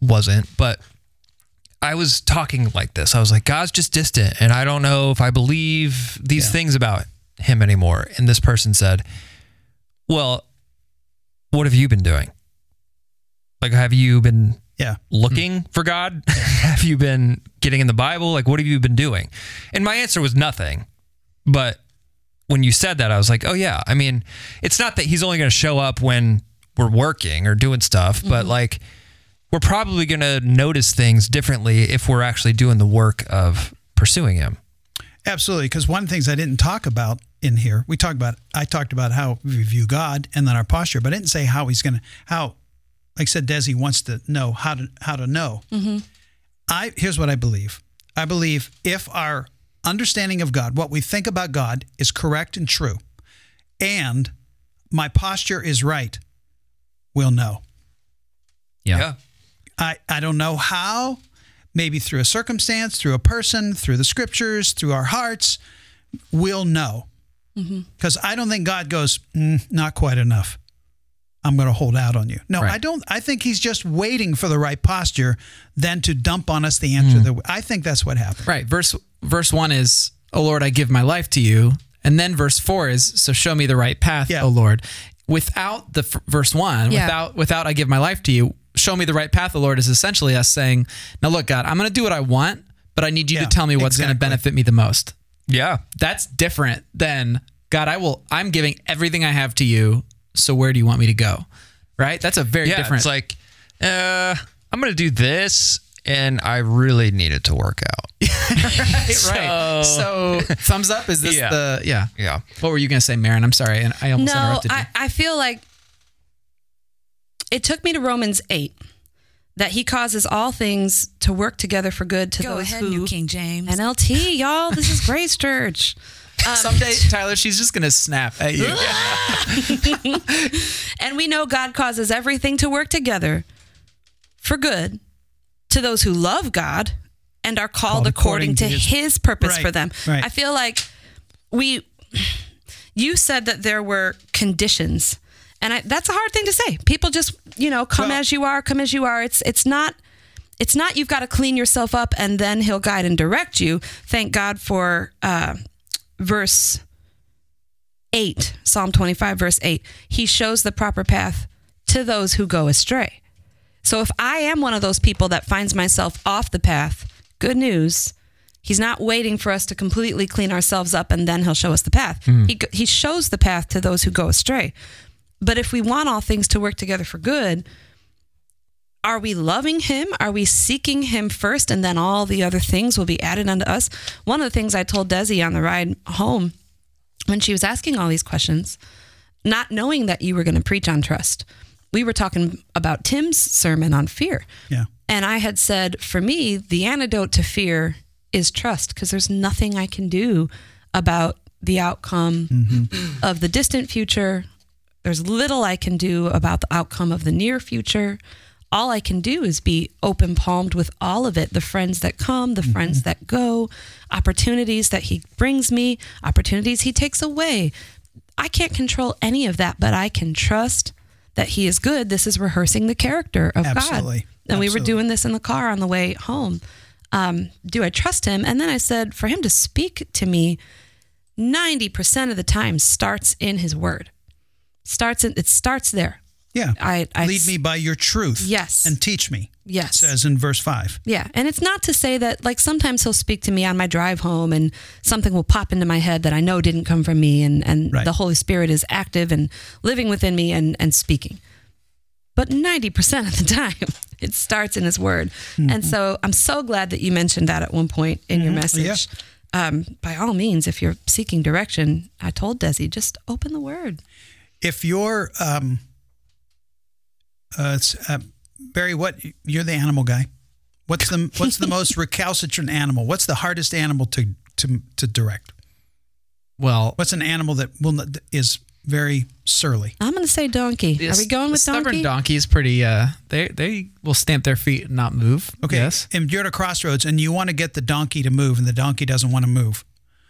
Speaker 1: wasn't, but I was talking like this. I was like, God's just distant, and I don't know if I believe these things about him anymore. And this person said, Well, what have you been doing? Like, have you been
Speaker 3: Yeah.
Speaker 1: looking for God? have you been getting in the Bible? Like, what have you been doing? And my answer was nothing. But when you said that, I was like, oh, yeah. I mean, it's not that he's only going to show up when we're working or doing stuff, but like, we're probably going to notice things differently if we're actually doing the work of pursuing him.
Speaker 3: Absolutely, because one of the things I didn't talk about in here, we talked about I talked about how we view God and then our posture, but I didn't say how he's gonna how, like I said, Desi wants to know how to how to know. I here's what I believe. I believe if our understanding of God, what we think about God, is correct and true, and my posture is right, we'll know.
Speaker 1: yeah.
Speaker 3: I, I don't know how, maybe through a circumstance, through a person, through the scriptures, through our hearts, we'll know.
Speaker 2: Mm-hmm.
Speaker 3: Because I don't think God goes, "Mm, not quite enough. I'm going to hold out on you. No,
Speaker 1: Right.
Speaker 3: I don't. I think he's just waiting for the right posture then to dump on us the answer. That I think that's what happened.
Speaker 4: Right. Verse verse one is, "O Lord, I give my life to you," and then verse four is, "So show me the right path,
Speaker 3: Yeah.
Speaker 4: O Lord." Without the f- verse one,
Speaker 2: Yeah.
Speaker 4: without without I give my life to you, show me the right path, O Lord, is essentially us saying, "Now look, God, I'm going to do what I want, but I need you
Speaker 3: Yeah,
Speaker 4: to tell me what's going to
Speaker 3: exactly.
Speaker 4: benefit me the most."
Speaker 1: Yeah.
Speaker 4: That's different than God. I will. I'm giving everything I have to you. So where do you want me to go? Right. That's a very
Speaker 1: yeah,
Speaker 4: different.
Speaker 1: It's like, uh, I'm going to do this, and I really need it to work out.
Speaker 4: right. So thumbs up. Is this
Speaker 1: Yeah.
Speaker 4: the yeah?
Speaker 1: Yeah.
Speaker 4: What were you going to say, Marin? I'm sorry, and I almost
Speaker 2: No,
Speaker 4: interrupted you.
Speaker 2: I, I feel like it took me to Romans 8 that he causes all things to work together for good to
Speaker 5: Go
Speaker 2: those
Speaker 5: ahead,
Speaker 2: who
Speaker 5: New King James.
Speaker 2: NLT, y'all. This is Grace Church. um,
Speaker 4: Someday, Tyler, she's just gonna snap at you.
Speaker 2: And we know God causes everything to work together for good to those who love God and are called, according, to his, purpose
Speaker 3: Right,
Speaker 2: for them.
Speaker 3: right.
Speaker 2: I feel like we you said that there were conditions. And I, that's a hard thing to say. People just, you know, come
Speaker 3: Well-
Speaker 2: as you are, come as you are. It's it's not it's not you've got to clean yourself up and then he'll guide and direct you. Thank God for uh, verse 8, Psalm 25, verse 8, he shows the proper path to those who go astray. So if I am one of those people that finds myself off the path, good news. He's not waiting for us to completely clean ourselves up and then he'll show us the path. He, g- he shows the path to those who go astray. But if we want all things to work together for good, are we loving him? Are we seeking him first and then all the other things will be added unto us? One of the things I told Desi on the ride home when she was asking all these questions, not knowing that you were going to preach on trust, we were talking about Tim's sermon on fear.
Speaker 3: Yeah.
Speaker 2: And I had said, for me, the antidote to fear is trust because there's nothing I can do about the outcome of the distant future. There's little I can do about the outcome of the near future. All I can do is be open palmed with all of it the friends that come, the
Speaker 3: Mm-hmm.
Speaker 2: friends that go, opportunities that he brings me, opportunities he takes away. I can't control any of that, but I can trust that he is good. This is rehearsing the character of
Speaker 3: Absolutely.
Speaker 2: God. And we were
Speaker 3: Absolutely.
Speaker 2: doing this in the car on the way home. Um, do I trust him? And then I said, for him to speak to me 90% of the time starts in his word. Starts in, it starts there.
Speaker 3: Yeah.
Speaker 2: I, I
Speaker 3: Lead me by your truth.
Speaker 2: Yes.
Speaker 3: And teach me.
Speaker 2: Yes.
Speaker 3: Says in verse five.
Speaker 2: Yeah. And it's not to say that, like, sometimes he'll speak to me on my drive home and something will pop into my head that I know didn't come from me. And, and
Speaker 3: Right.
Speaker 2: the Holy Spirit is active and living within me and, and speaking. but 90% of the time it starts in his word.
Speaker 3: Mm-hmm.
Speaker 2: And so I'm so glad that you mentioned that at one point in your
Speaker 3: Mm-hmm.
Speaker 2: message. Um, by all means, if you're seeking direction, I told Desi, just open the word.
Speaker 3: if you're um uh, it's, uh Barry, what you're the animal guy. What's the what's the most recalcitrant animal? What's the hardest animal to to to direct?
Speaker 4: Well,
Speaker 3: What's an animal that will not, is very surly?
Speaker 2: I'm going to say donkey. Are we going
Speaker 4: the
Speaker 2: with
Speaker 4: stubborn
Speaker 2: donkey?
Speaker 4: donkey is pretty. Uh, they they will stamp their feet and not move.
Speaker 3: Okay.
Speaker 4: Yes.
Speaker 3: If you're at a crossroads and you want to get the donkey to move and the donkey doesn't want to move,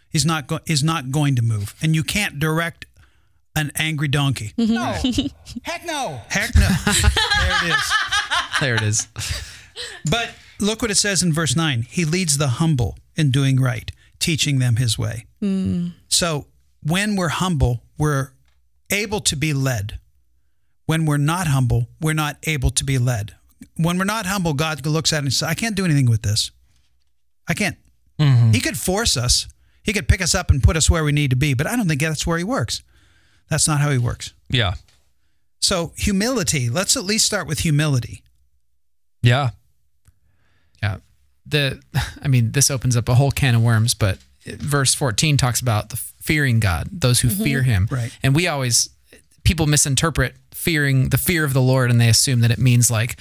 Speaker 3: he's not go- he's not going to move, and you can't direct an angry donkey.
Speaker 5: No. Heck no.
Speaker 3: Heck no. there it is.
Speaker 4: There it is.
Speaker 3: But look what it says in verse 9 He leads the humble in doing right, teaching them his way. So when we're humble, we're able to be led. When we're not humble, we're not able to be led. When we're not humble, God looks at it and says, I can't do anything with this. I can't.
Speaker 4: Mm-hmm.
Speaker 3: He could force us, He could pick us up and put us where we need to be, but I don't think that's where He works. That's not how He works.
Speaker 1: Yeah.
Speaker 3: So, humility, let's at least start with humility.
Speaker 1: Yeah.
Speaker 4: Yeah. The I mean, this opens up a whole can of worms, but verse 14 talks about the fearing God, those who fear him.
Speaker 3: Right.
Speaker 4: And we always people misinterpret fearing the fear of the Lord and they assume that it means like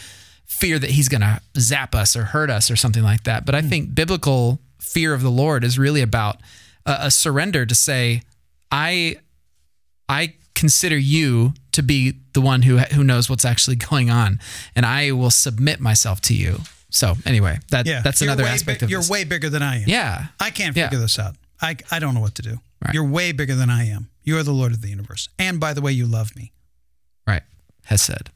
Speaker 4: fear that he's going to zap us or hurt us or something like that. But I think biblical fear of the Lord is really about a, a surrender to say I I consider you to be the one who who knows what's actually going on, and I will submit myself to you. So anyway, that
Speaker 3: Yeah.
Speaker 4: that's
Speaker 3: You're
Speaker 4: another
Speaker 3: way
Speaker 4: aspect
Speaker 3: big-
Speaker 4: of
Speaker 3: You're
Speaker 4: this.
Speaker 3: way bigger than I am.
Speaker 4: yeah,
Speaker 3: I can't
Speaker 4: Yeah.
Speaker 3: figure this out. I, I don't know what to do.
Speaker 4: Right.
Speaker 3: You're way bigger than I am. You are the Lord of the universe. And by the way, you love me.
Speaker 4: right. Has said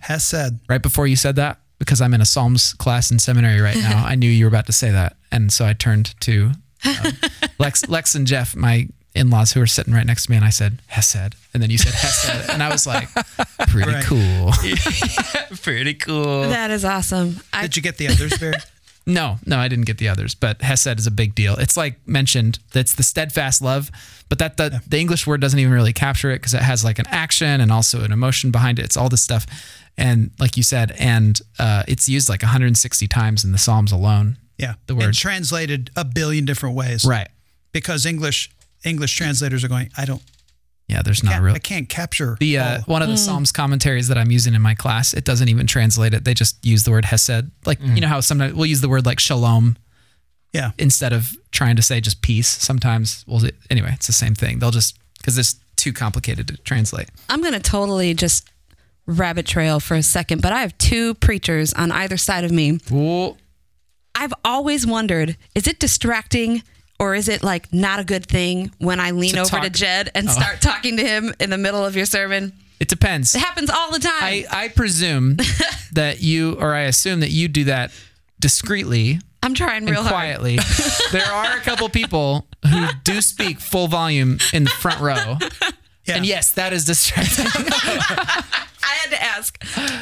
Speaker 3: Has said,
Speaker 4: right before you said that because I'm in a Psalms class in seminary right now. I knew you were about to say that, and so I turned to um, Lex, Lex and Jeff, my in-laws who were sitting right next to me, and I said Hesed, and then you said Hesed, and I was like, pretty
Speaker 3: Right.
Speaker 4: cool.
Speaker 1: Pretty cool.
Speaker 2: Oh, That is awesome. I,
Speaker 3: Did you get the others, Barry?
Speaker 4: No, no, I didn't get the others, but Hesed is a big deal. It's like mentioned, that's the steadfast love, but that the, the English word doesn't even really capture it because it has like an action and also an emotion behind it. It's all this stuff. And like you said, and uh, it's used like 160 times in the Psalms alone.
Speaker 3: Yeah.
Speaker 4: The word.
Speaker 3: And translated a billion different ways.
Speaker 4: Right.
Speaker 3: Because English English translators are going, I don't
Speaker 4: Yeah, there's not
Speaker 3: can't,
Speaker 4: really.
Speaker 3: I can't capture
Speaker 4: The
Speaker 3: all
Speaker 4: uh,
Speaker 3: of-
Speaker 4: one of the Psalms commentaries that I'm using in my class, it doesn't even translate it. They just use the word Hesed. Like you know how sometimes we'll use the word like shalom
Speaker 3: Yeah.
Speaker 4: instead of trying to say just peace. Sometimes well anyway, it's the same thing. They'll just because it's too complicated to translate.
Speaker 2: I'm going to totally just rabbit trail for a second, but I have two preachers on either side of me.
Speaker 4: Well,
Speaker 2: I've always wondered is it distracting or is it like not a good thing when I lean
Speaker 4: To
Speaker 2: over
Speaker 4: talk- Oh.
Speaker 2: to Jed and start talking to him in the middle of your sermon?
Speaker 4: it depends.
Speaker 2: It happens all the time.
Speaker 4: I I presume that you or I assume that you do that discreetly
Speaker 2: I'm trying
Speaker 4: and
Speaker 2: real hard.
Speaker 4: quietly. there are a couple people who do speak full volume in the front row.
Speaker 3: yeah.
Speaker 4: And yes, that is distracting.
Speaker 2: I had to ask.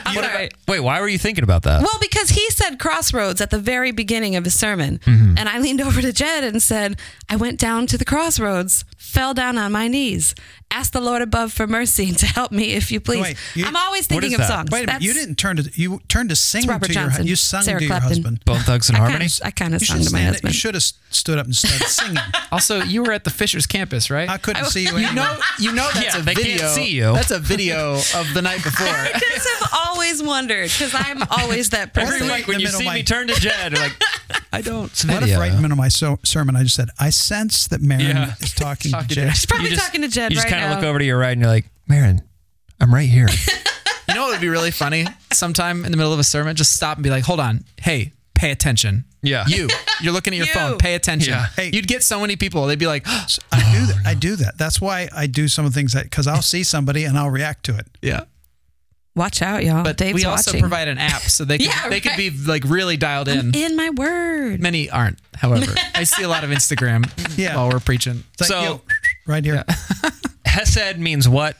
Speaker 2: I'm
Speaker 4: What
Speaker 2: sorry.
Speaker 4: I-
Speaker 1: Wait, why were you thinking about that?
Speaker 2: Well, because he said crossroads at the very beginning of his sermon.
Speaker 3: Mm-hmm.
Speaker 2: And I leaned over to Jed and said, I went down to the crossroads, fell down on my knees, asked the Lord above for mercy to help me, if you please.
Speaker 3: Wait, you-
Speaker 2: I'm always
Speaker 1: What
Speaker 2: thinking
Speaker 1: is
Speaker 2: of
Speaker 1: that?
Speaker 2: songs.
Speaker 3: Wait a minute. You
Speaker 2: That's-
Speaker 3: didn't turn to you turned to singing
Speaker 2: Robert
Speaker 3: to your
Speaker 2: Johnson,
Speaker 3: you sung
Speaker 2: Sarah
Speaker 3: to your
Speaker 2: Clapton.
Speaker 3: husband.
Speaker 1: Bone Thugs and
Speaker 2: I
Speaker 1: Harmony?
Speaker 2: kinda, I kind of
Speaker 3: You
Speaker 2: sung
Speaker 3: should,
Speaker 2: to my
Speaker 3: stand, you
Speaker 2: husband.
Speaker 3: should have stood up and started singing.
Speaker 4: Also, you were at the Fisher's campus, right?
Speaker 3: I couldn't see you. Anyway.
Speaker 4: you know, you know that's
Speaker 1: Yeah,
Speaker 4: a
Speaker 1: they can't
Speaker 4: video.
Speaker 1: see you.
Speaker 4: That's a video of the night
Speaker 2: I
Speaker 4: before.
Speaker 2: just have always wondered because I'm always that
Speaker 1: Every
Speaker 2: person.
Speaker 1: week when
Speaker 3: the
Speaker 1: you
Speaker 3: middle
Speaker 1: see
Speaker 3: of
Speaker 1: me
Speaker 3: my-
Speaker 1: turn to Jed, like,
Speaker 4: I don't.
Speaker 1: What
Speaker 3: What if right in the middle of my so- sermon I just said, I sense that Marin
Speaker 1: Yeah.
Speaker 3: is talking to
Speaker 4: Talking to
Speaker 3: Jay.
Speaker 4: Jay.
Speaker 2: Probably
Speaker 1: you just,
Speaker 2: talking to Jed
Speaker 1: you just
Speaker 2: right
Speaker 1: kind of
Speaker 2: now.
Speaker 1: look over to your right and you're like, Marin, I'm right here.
Speaker 4: You know what would be really funny? Sometime in the middle of a sermon, just stop and be like, "Hold on, hey, pay attention."
Speaker 1: Yeah.
Speaker 4: You, you're looking at your
Speaker 2: You.
Speaker 4: phone. Pay attention.
Speaker 1: Yeah.
Speaker 3: Hey.
Speaker 4: You'd get so many people. They'd be like,
Speaker 3: I
Speaker 4: Oh,
Speaker 3: do that. I do that. That's why I do some of the things that because I'll see somebody and I'll react to it.
Speaker 4: "Yeah."
Speaker 2: Watch out, y'all.
Speaker 4: But
Speaker 2: Dave's
Speaker 4: we also
Speaker 2: watching.
Speaker 4: provide an app, so they could,
Speaker 2: Yeah,
Speaker 4: they could
Speaker 2: right.
Speaker 4: be like really dialed in.
Speaker 2: in my word.
Speaker 4: Many aren't, however. I see a lot of Instagram
Speaker 3: Yeah.
Speaker 4: while we're preaching.
Speaker 3: It's like,
Speaker 1: So-
Speaker 3: yo, right here,
Speaker 1: Hesed means what?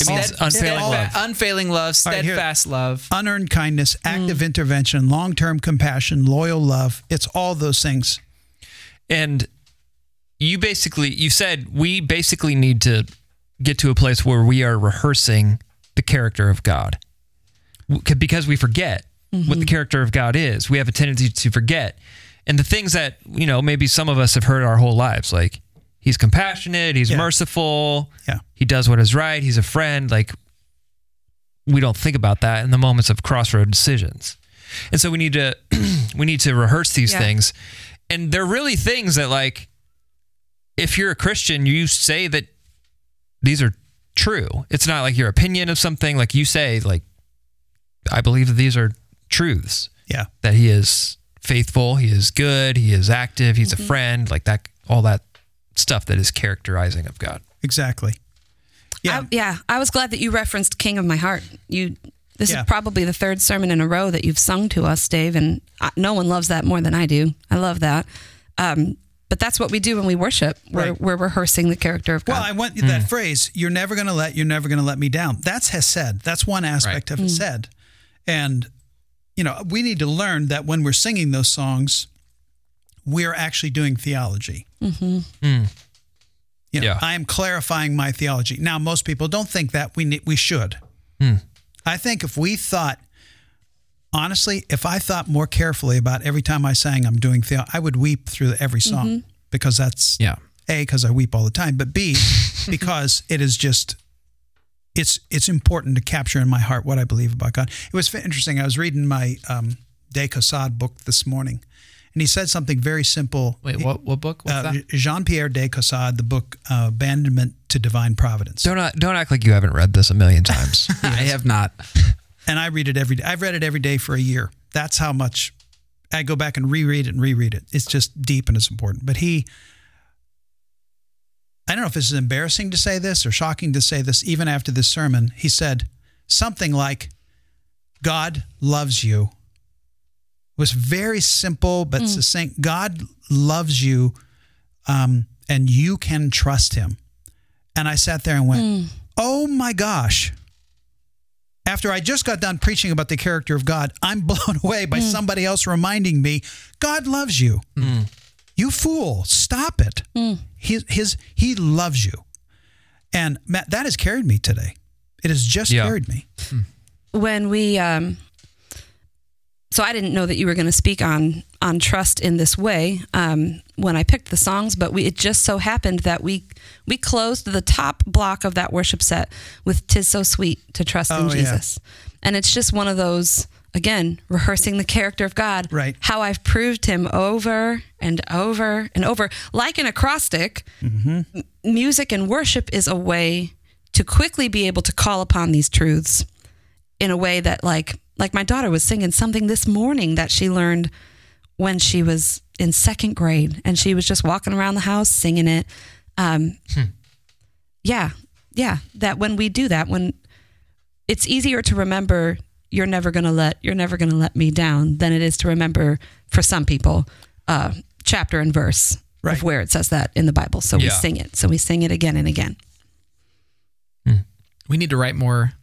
Speaker 1: It means
Speaker 4: Stead-
Speaker 1: unfailing
Speaker 4: steadfa-
Speaker 1: love.
Speaker 4: Unfailing love,
Speaker 3: right, here.
Speaker 4: steadfast love.
Speaker 3: unearned kindness,
Speaker 4: Mm.
Speaker 3: active intervention, long-term compassion, loyal love. It's all those things.
Speaker 1: and you basically you said we basically need to get to a place where we are rehearsing the character of god w- c- because we forget what the character of God is. We have a tendency to forget. And the things that, you know, maybe some of us have heard our whole lives like, he's compassionate, he's
Speaker 3: Yeah.
Speaker 1: merciful,
Speaker 3: Yeah.
Speaker 1: he does what is right, he's a friend. Like, we don't think about that in the moments of crossroad decisions. And so we need to we need to rehearse these
Speaker 2: Yeah.
Speaker 1: things. And they're really things that like if you're a Christian, you say that these are true. It's not like your opinion of something. Like you say, like, I believe that these are truths
Speaker 3: Yeah.
Speaker 1: that he is faithful, he is good, he is active, he's a friend, like that, all that stuff that is characterizing of God.
Speaker 3: Exactly. Yeah.
Speaker 2: I, yeah. I was glad that you referenced King of My Heart. You. This
Speaker 3: Yeah.
Speaker 2: is probably the third sermon in a row that you've sung to us, Dave, and uh, no one loves that more than I do. I love that. Um, but that's what we do when we worship. We're,
Speaker 3: Right.
Speaker 2: we're rehearsing the character of God.
Speaker 3: Well, I want that phrase, you're never going to let, you're never going to let me down. That's Hesed. That's one aspect of Hesed. And, you know, we need to learn that when we're singing those songs, we're actually doing theology. Mm-hmm. You know,
Speaker 1: Yeah.
Speaker 3: I am clarifying my theology. Now, most people don't think that we, ne- we should.
Speaker 4: Hmm.
Speaker 3: I think if we thought, honestly, if I thought more carefully about every time I sang, I'm doing theology, I would weep through every song because that's
Speaker 4: Yeah.
Speaker 3: a because i weep all the time but b because it is just it's it's important to capture in my heart what i believe about god it was fa- interesting i was reading my um de Cossade book this morning and he said something very simple
Speaker 4: Wait, what what book? What's
Speaker 3: uh,
Speaker 4: that?
Speaker 3: jean-pierre de Cossade, the book uh, abandonment to divine providence
Speaker 1: Don't, act- don't act like you haven't read this a million times.
Speaker 4: I have not.
Speaker 3: and i read it every day i've read it every day for a year that's how much i go back and reread it and reread it it's just deep and it's important but he I don't know if this is embarrassing to say this or shocking to say this, even after this sermon, he said something like, God loves you. It was very simple but succinct. God loves you um, and you can trust him. And I sat there and went, oh my gosh. After I just got done preaching about the character of God, I'm blown away by somebody else reminding me, God loves you.
Speaker 1: Mm.
Speaker 3: You fool, stop it. His, his, he loves you. And Matt, that has carried me today. It has just
Speaker 1: Yeah.
Speaker 3: carried me.
Speaker 2: when we um so I didn't know that you were going to speak on on trust in this way um, when I picked the songs, but we, it just so happened that we we closed the top block of that worship set with "Tis So Sweet to Trust
Speaker 3: Oh,
Speaker 2: in
Speaker 3: yeah.
Speaker 2: Jesus," and it's just one of those again rehearsing the character of God,
Speaker 3: Right.
Speaker 2: How I've proved Him over and over and over, like an acrostic music and worship is a way to quickly be able to call upon these truths in a way that like like my daughter was singing something this morning that she learned when she was in second grade and she was just walking around the house singing it um yeah yeah that when we do that when it's easier to remember you're never gonna let you're never gonna let me down than it is to remember for some people uh chapter and verse
Speaker 3: Right.
Speaker 2: of where it says that in the bible so we
Speaker 1: Yeah.
Speaker 2: sing it so we sing it again and again
Speaker 4: We need to write more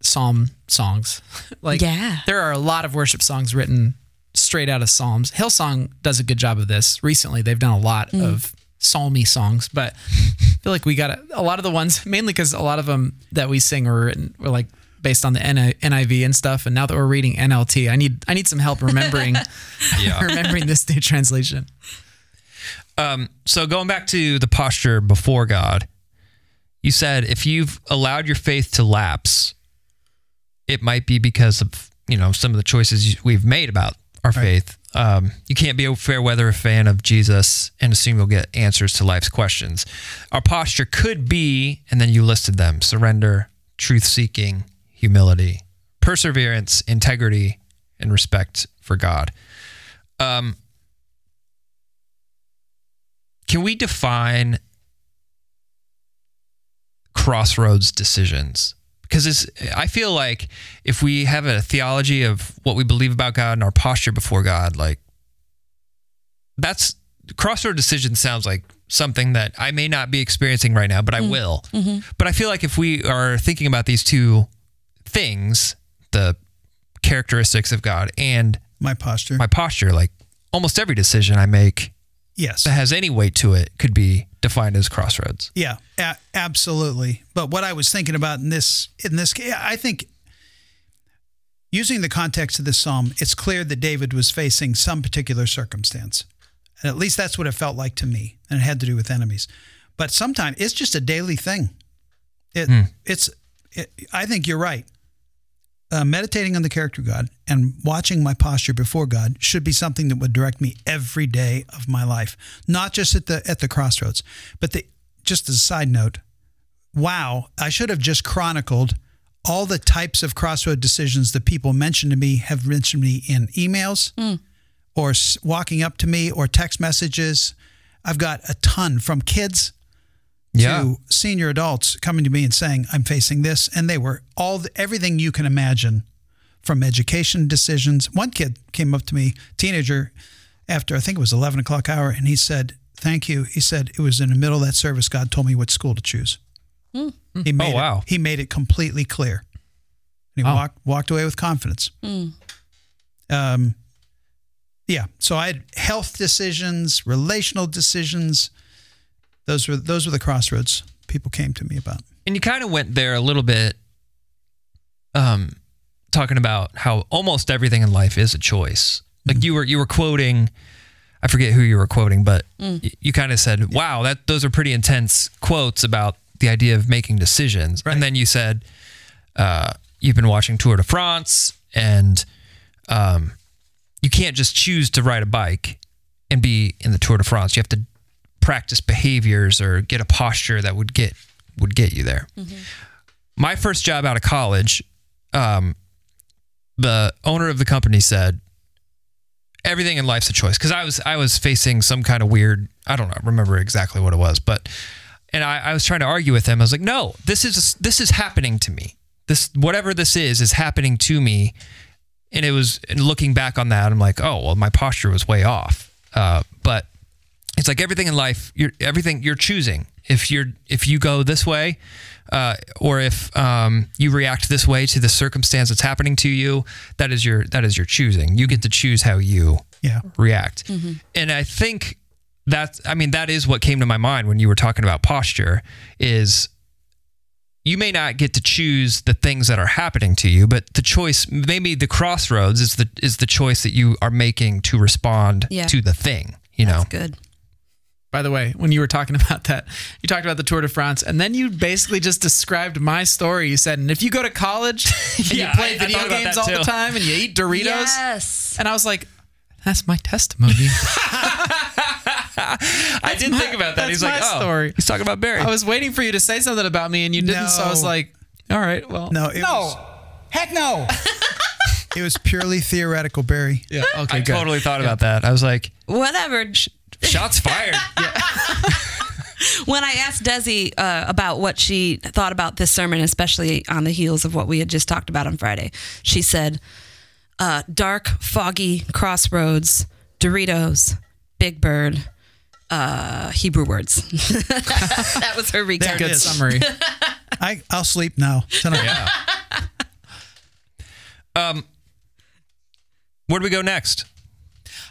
Speaker 4: psalm songs. like
Speaker 2: Yeah.
Speaker 4: there are a lot of worship songs written straight out of psalms. Hillsong does a good job of this. Recently, they've done a lot of psalmy songs, but I feel like we got a, a lot of the ones mainly cuz a lot of them that we sing were written were like based on the NI NIV and stuff and now that we're reading NLT, I need I need some help remembering remembering this new translation.
Speaker 1: um, so going back to the posture before God, you said if you've allowed your faith to lapse, it might be because of you know some of the choices you- we've made about our faith. Um, you can't be a fair weather fan of Jesus and assume you'll get answers to life's questions. Our posture could be, and then you listed them: surrender, truth seeking, humility, perseverance, integrity, and respect for God. Um, can we define crossroads decisions because it's, i feel like if we have a theology of what we believe about god and our posture before god like that's crossroad decision sounds like something that i may not be experiencing right now but i will but i feel like if we are thinking about these two things the characteristics of god and
Speaker 3: My posture.
Speaker 1: my posture like almost every decision i make
Speaker 3: yes.
Speaker 1: that has any weight to it could be defined as crossroads.
Speaker 3: Yeah, a- absolutely. But what I was thinking about in this in this, ca- I think Using the context of this psalm, it's clear that David was facing some particular circumstance. And at least that's what it felt like to me. And it had to do with enemies. But sometimes it's just a daily thing. It, It's, it, I think you're right. Uh, meditating on the character of God and watching my posture before God should be something that would direct me every day of my life, not just at the at the crossroads. But the, just as a side note, wow, I should have just chronicled all the types of crossroad decisions that people mentioned to me have mentioned to me in emails or s- walking up to me or text messages. I've got a ton from kids
Speaker 1: Yeah.
Speaker 3: to senior adults coming to me and saying, "I'm facing this," and they were all the, everything you can imagine, from education decisions. One kid came up to me, teenager, after I think it was eleven o'clock hour, and he said, "Thank you." He said it was in the middle of that service God told me what school to choose. He made
Speaker 1: wow.
Speaker 3: It, he made it completely clear. And he
Speaker 4: Wow.
Speaker 3: walked walked away with confidence. Um, yeah. So I had health decisions, relational decisions. Those were those were the crossroads people came to me about.
Speaker 1: And you kind of went there a little bit, um, talking about how almost everything in life is a choice. Like you were you were quoting, I forget who you were quoting, but y- you kind of said, "Wow, that those are pretty intense quotes about the idea of making decisions." And then you said, uh, "You've been watching Tour de France, and um, you can't just choose to ride a bike and be in the Tour de France. You have to practice behaviors or get a posture that would get would get you there. My first job out of college, um, the owner of the company said, "Everything in life's a choice." Because I was I was facing some kind of weird I don't know remember exactly what it was, but and I, I was trying to argue with him. I was like, "No, this is this is happening to me. This whatever this is is happening to me." and it was and looking back on that, I'm like, oh well, my posture was way off. Uh, but it's like everything in life, you're everything you're choosing. If you're if you go this way, uh, or if um, you react this way to the circumstance that's happening to you, that is your that is your choosing. You get to choose how you
Speaker 3: Yeah.
Speaker 1: react.
Speaker 2: Mm-hmm.
Speaker 1: And I think that's I mean that is what came to my mind when you were talking about posture is you may not get to choose the things that are happening to you, but the choice, maybe the crossroads, is the is the choice that you are making to respond
Speaker 2: Yeah.
Speaker 1: to the thing. You know,
Speaker 2: That's good.
Speaker 4: By the way, when you were talking about that, you talked about the Tour de France, and then you basically just described my story. You said, and if you go to college and
Speaker 1: Yeah,
Speaker 4: you play
Speaker 1: I- I
Speaker 4: video
Speaker 1: thought about
Speaker 4: games
Speaker 1: that
Speaker 4: all the
Speaker 1: too.
Speaker 4: time and you eat Doritos,
Speaker 2: Yes.
Speaker 4: and I was like, that's my testimony.
Speaker 1: I did
Speaker 4: my-
Speaker 1: think about that.
Speaker 4: that's
Speaker 1: He's like,
Speaker 4: my
Speaker 1: oh,
Speaker 4: story.
Speaker 1: he's talking about Barry.
Speaker 4: I was waiting for you to say something about me, and you didn't, so I was
Speaker 3: No.
Speaker 4: like, all right, well,
Speaker 3: No, it was
Speaker 5: Heck no!
Speaker 3: it was purely theoretical, Barry.
Speaker 4: yeah, okay,
Speaker 1: I
Speaker 4: good.
Speaker 1: totally thought about that. I was like,
Speaker 2: Whatever.
Speaker 1: shots fired.
Speaker 2: When I asked Desi uh, about what she thought about this sermon, especially on the heels of what we had just talked about on Friday, she said, uh, "Dark, foggy crossroads, Doritos, Big Bird, uh, Hebrew words." that was her recap.
Speaker 4: good
Speaker 3: Yes.
Speaker 4: summary.
Speaker 3: I I'll sleep now tonight.
Speaker 1: Where do we go next?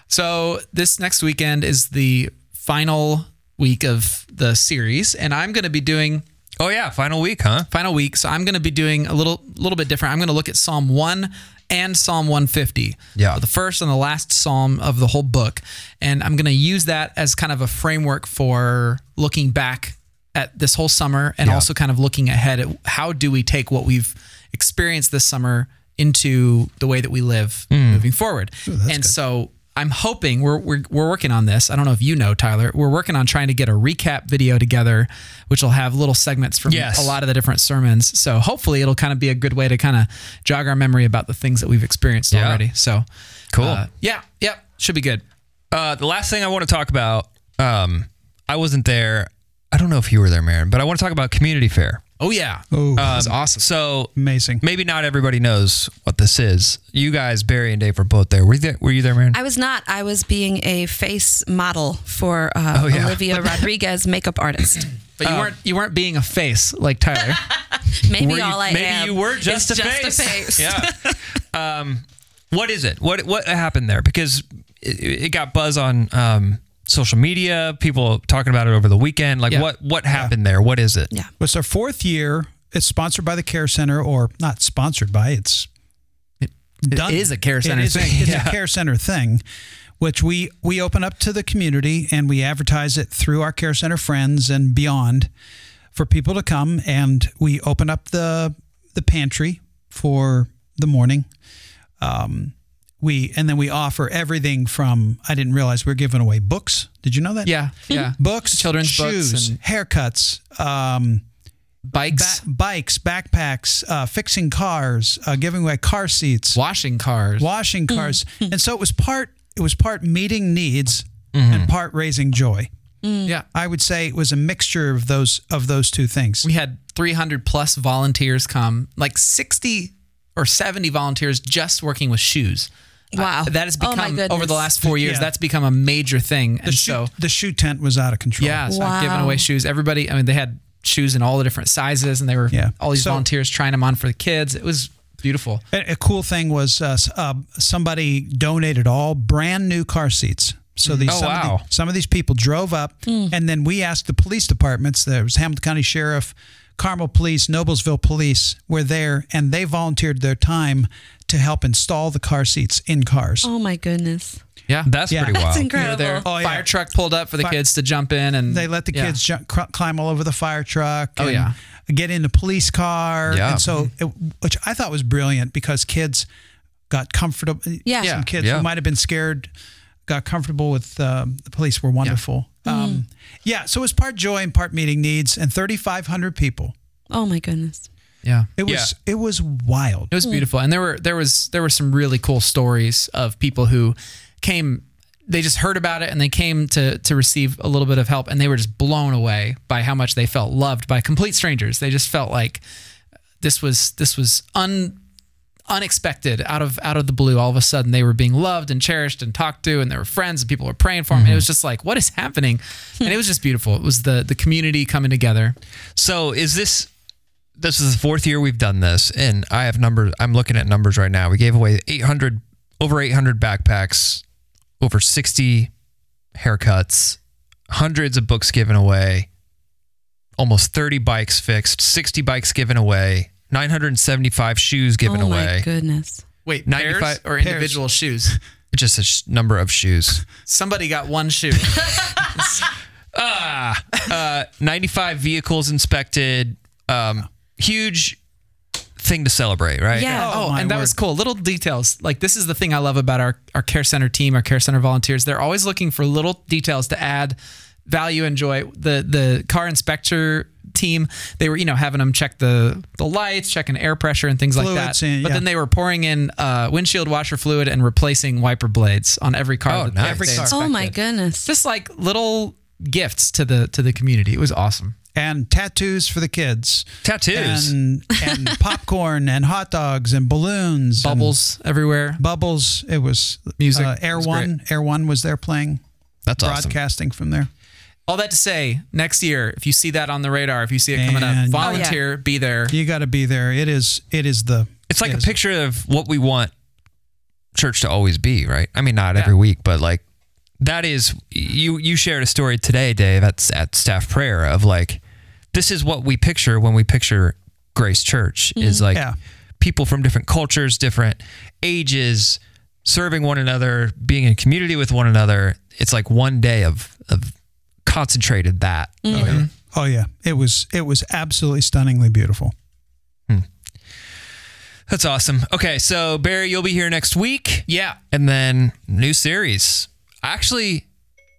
Speaker 4: So this next weekend is the final week of the series, and I'm going to be doing
Speaker 1: Oh yeah, final week, huh?
Speaker 4: final week. So I'm going to be doing a little little bit different. I'm going to look at Psalm 1 and Psalm 150.
Speaker 1: Yeah.
Speaker 4: The first and the last psalm of the whole book, and I'm going to use that as kind of a framework for looking back at this whole summer and also kind of looking ahead at how do we take what we've experienced this summer into the way that we live
Speaker 1: Hmm.
Speaker 4: moving forward. and so I'm hoping we're, we're we're working on this. I don't know if you know Tyler. We're working on trying to get a recap video together, which will have little segments from
Speaker 1: Yes.
Speaker 4: a lot of the different sermons. So hopefully it'll kind of be a good way to kind of jog our memory about the things that we've experienced
Speaker 1: Yeah.
Speaker 4: already. So
Speaker 1: Cool.
Speaker 4: uh, yeah, yeah, should be good.
Speaker 1: Uh, the last thing I want to talk about, um, I wasn't there. I don't know if you were there, Marin, but I want to talk about community fair.
Speaker 4: Oh yeah, oh that was awesome.
Speaker 1: So
Speaker 3: Amazing.
Speaker 1: maybe not everybody knows what this is. You guys, Barry and Dave, were both there. Were you there? Were you there, Marin?
Speaker 2: I was not. I was being a face model for uh,
Speaker 1: Oh, yeah.
Speaker 2: Olivia Rodriguez, makeup artist.
Speaker 4: But you weren't you weren't being a face like Tyler.
Speaker 2: Maybe
Speaker 1: Were you-
Speaker 2: all I
Speaker 1: maybe
Speaker 2: am.
Speaker 1: you were just,
Speaker 2: is
Speaker 1: a,
Speaker 2: just
Speaker 1: face.
Speaker 2: a face.
Speaker 1: yeah. Um, what is it? What what happened there? Because it, it got buzz on um, social media. People talking about it over the weekend. Like
Speaker 4: Yeah.
Speaker 1: what what happened there? What is it?
Speaker 2: Yeah.
Speaker 3: Well, it's our fourth year. It's sponsored by the Care Center, or not sponsored by. It's done.
Speaker 4: is a care center
Speaker 3: It is a-
Speaker 4: thing,
Speaker 3: it's
Speaker 4: yeah.
Speaker 3: a care center thing, which we we open up to the community and we advertise it through our care center friends and beyond for people to come. And we open up the the pantry for the morning. Um, we and then we offer everything from I didn't realize we are giving away books. Did you know that?
Speaker 4: Yeah, yeah.
Speaker 3: Books,
Speaker 4: Children's
Speaker 3: shoes,
Speaker 4: books and-
Speaker 3: haircuts, um, ba-
Speaker 4: Bikes,
Speaker 3: bikes, backpacks, uh, fixing cars, uh, giving away car seats,
Speaker 4: washing cars.
Speaker 3: washing
Speaker 4: Mm-hmm.
Speaker 3: cars, and so it was part. It was part meeting needs
Speaker 4: Mm-hmm.
Speaker 3: and part raising joy.
Speaker 4: Yeah.
Speaker 3: I would say it was a mixture of those of those two things.
Speaker 4: We had 300 plus volunteers come, like 60 or 70 volunteers just working with shoes.
Speaker 2: Wow.
Speaker 4: that has
Speaker 2: Oh, my
Speaker 4: become over
Speaker 2: goodness.
Speaker 4: the last four years.
Speaker 3: Yeah.
Speaker 4: That's become a major thing, and
Speaker 3: the shoe
Speaker 4: so
Speaker 3: the shoe tent was out of control.
Speaker 4: yeah, so I've given
Speaker 2: Wow.
Speaker 4: away shoes. Everybody, I mean, they had shoes in all the different sizes, and they were
Speaker 3: Yeah.
Speaker 4: all these
Speaker 3: So-
Speaker 4: volunteers trying them on for the kids. It was beautiful.
Speaker 3: A, a cool thing was uh, s- uh, somebody donated all brand new car seats. So these
Speaker 1: Oh,
Speaker 3: some, of
Speaker 1: wow.
Speaker 3: the- some of these people drove up, and then we asked the police departments. There was Hamilton County Sheriff, Carmel Police, Noblesville Police were there, and they volunteered their time to help install the car seats in cars.
Speaker 2: Oh my goodness.
Speaker 4: Yeah,
Speaker 1: That's
Speaker 3: Yeah.
Speaker 1: pretty
Speaker 2: That's
Speaker 1: wild.
Speaker 4: we were
Speaker 2: incredible.
Speaker 4: there.
Speaker 3: Oh, yeah.
Speaker 4: Fire truck pulled up for the
Speaker 3: Fi-
Speaker 4: kids to jump in, and
Speaker 3: They let the
Speaker 4: yeah.
Speaker 3: kids jump, cr- climb all over the fire truck.
Speaker 4: Oh,
Speaker 3: and
Speaker 4: yeah. Mm-hmm.
Speaker 3: get in the police car.
Speaker 1: Yeah.
Speaker 3: and so it, which I thought was brilliant because kids got comfortable.
Speaker 2: Yeah.
Speaker 3: some
Speaker 2: Yeah.
Speaker 3: kids
Speaker 1: Yeah.
Speaker 3: who might have been scared got comfortable with um, the police. Were wonderful. Um, yeah, so it was part joy and part meeting needs, and thirty five hundred people.
Speaker 2: Oh my goodness.
Speaker 4: Yeah,
Speaker 3: It was
Speaker 1: Yeah.
Speaker 3: it was wild.
Speaker 4: It was beautiful, and there were there was there were some really cool stories of people who came. They just heard about it and they came to to receive a little bit of help, and they were just blown away by how much they felt loved by complete strangers. They just felt like this was this was un unexpected out of out of the blue all of a sudden they were being loved and cherished and talked to and there were friends and people were praying for them and it was just like what is happening and it was just beautiful it was the the community coming together
Speaker 1: So is this this is the fourth year we've done this and I have numbers I'm looking at numbers right now. We gave away 800 over 800 backpacks, over 60 haircuts, hundreds of books given away, almost 30 bikes fixed, 60 bikes given away, 975 shoes given
Speaker 2: oh
Speaker 1: away.
Speaker 2: my goodness.
Speaker 4: wait
Speaker 1: 95
Speaker 4: or
Speaker 1: pairs.
Speaker 4: individual shoes
Speaker 1: Just a sh- number of shoes.
Speaker 4: somebody got one shoe
Speaker 1: 95 Uh, vehicles inspected. Um huge thing to celebrate, right?
Speaker 2: Yeah.
Speaker 4: Oh,
Speaker 3: my
Speaker 4: and that was cool. Little details. Like this is the thing I love about our our care center team, our care center volunteers. They're always looking for little details to add value and joy. The the car inspector team, they were you know having them check the the lights, checking air pressure and things like
Speaker 3: Fluids
Speaker 4: that.
Speaker 3: and-
Speaker 4: but
Speaker 3: yeah.
Speaker 4: then they were pouring in uh, windshield washer fluid and replacing wiper blades on every car.
Speaker 1: Oh,
Speaker 4: that
Speaker 1: nice.
Speaker 4: every
Speaker 1: Every
Speaker 4: car.
Speaker 1: car.
Speaker 2: Oh my goodness.
Speaker 4: Just like little gifts to the to the community. It was awesome.
Speaker 3: and tattoos for the kids,
Speaker 1: Tattoos.
Speaker 3: and and popcorn and hot dogs and balloons, and
Speaker 4: Bubbles everywhere.
Speaker 3: bubbles. It was
Speaker 4: Music.
Speaker 3: Uh, Air
Speaker 4: It was great.
Speaker 3: One, Air One was there playing,
Speaker 1: That's awesome.
Speaker 3: broadcasting from there.
Speaker 4: All that to say, next year, if you see that on the radar, if you see it coming up,
Speaker 3: And- Oh,
Speaker 2: yeah.
Speaker 4: volunteer, be there.
Speaker 3: You got to be there. It is. It is the.
Speaker 1: It's like a
Speaker 3: it is-
Speaker 1: picture of what we want church to always be, right? I mean, not
Speaker 4: Yeah.
Speaker 1: every week, but like that is you. You shared a story today, Dave, at at staff prayer of like this is what we picture when we picture Grace Church is like
Speaker 3: Yeah.
Speaker 1: people from different cultures, different ages, serving one another, being in community with one another. It's like one day of of concentrated that. you know?
Speaker 3: Oh yeah, it was. It was absolutely stunningly beautiful.
Speaker 1: That's awesome. Okay, so Barry, you'll be here next week.
Speaker 4: Yeah.
Speaker 1: and then new series. Actually,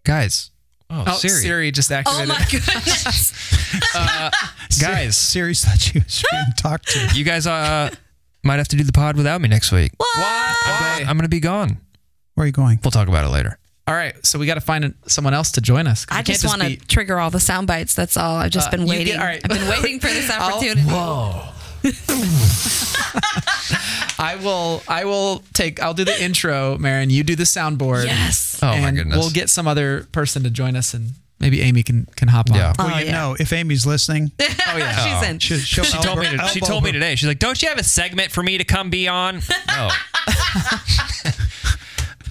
Speaker 1: guys, oh,
Speaker 4: Oh,
Speaker 1: Siri.
Speaker 4: Siri. just
Speaker 2: Oh
Speaker 4: activated.
Speaker 2: my goodness.
Speaker 1: guys,
Speaker 3: Series that she was being talked to.
Speaker 1: you guys uh, might have to do the pod without me next week.
Speaker 4: Why?
Speaker 1: I'm gonna be gone.
Speaker 3: Where are you going?
Speaker 1: We'll talk about it later.
Speaker 4: All right, so we got to find an- someone else to join us. 'cause
Speaker 2: I
Speaker 4: we can't
Speaker 2: just want to
Speaker 4: be-
Speaker 2: trigger all the sound bites. That's all. I've just
Speaker 4: Uh,
Speaker 2: been
Speaker 4: you
Speaker 2: waiting.
Speaker 4: get- all right.
Speaker 2: I've been waiting for this
Speaker 4: I'll-
Speaker 2: opportunity.
Speaker 4: Oh, I will. I will take. I'll do the intro, Marin. You do the soundboard.
Speaker 2: Yes.
Speaker 1: Oh my
Speaker 4: and
Speaker 1: goodness.
Speaker 4: We'll get some other person to join us, and maybe Amy can can hop on.
Speaker 1: Yeah.
Speaker 3: Well,
Speaker 2: Oh,
Speaker 3: you
Speaker 2: yeah.
Speaker 3: know, if Amy's listening,
Speaker 4: Oh yeah.
Speaker 2: She's in.
Speaker 3: she, she'll
Speaker 1: She told me. To, she told me today. She's like, "Don't you have a segment for me to come be on?" No.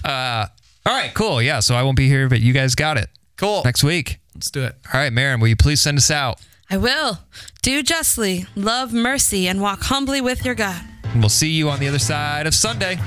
Speaker 1: uh, all right, cool. Yeah, so I won't be here, but you guys got it
Speaker 4: Cool.
Speaker 1: next week.
Speaker 4: Let's do it.
Speaker 1: All right, Marin, will you please send us out?
Speaker 2: I will. Do justly, love mercy, and walk humbly with your God.
Speaker 1: And we'll see you on the other side of Sunday.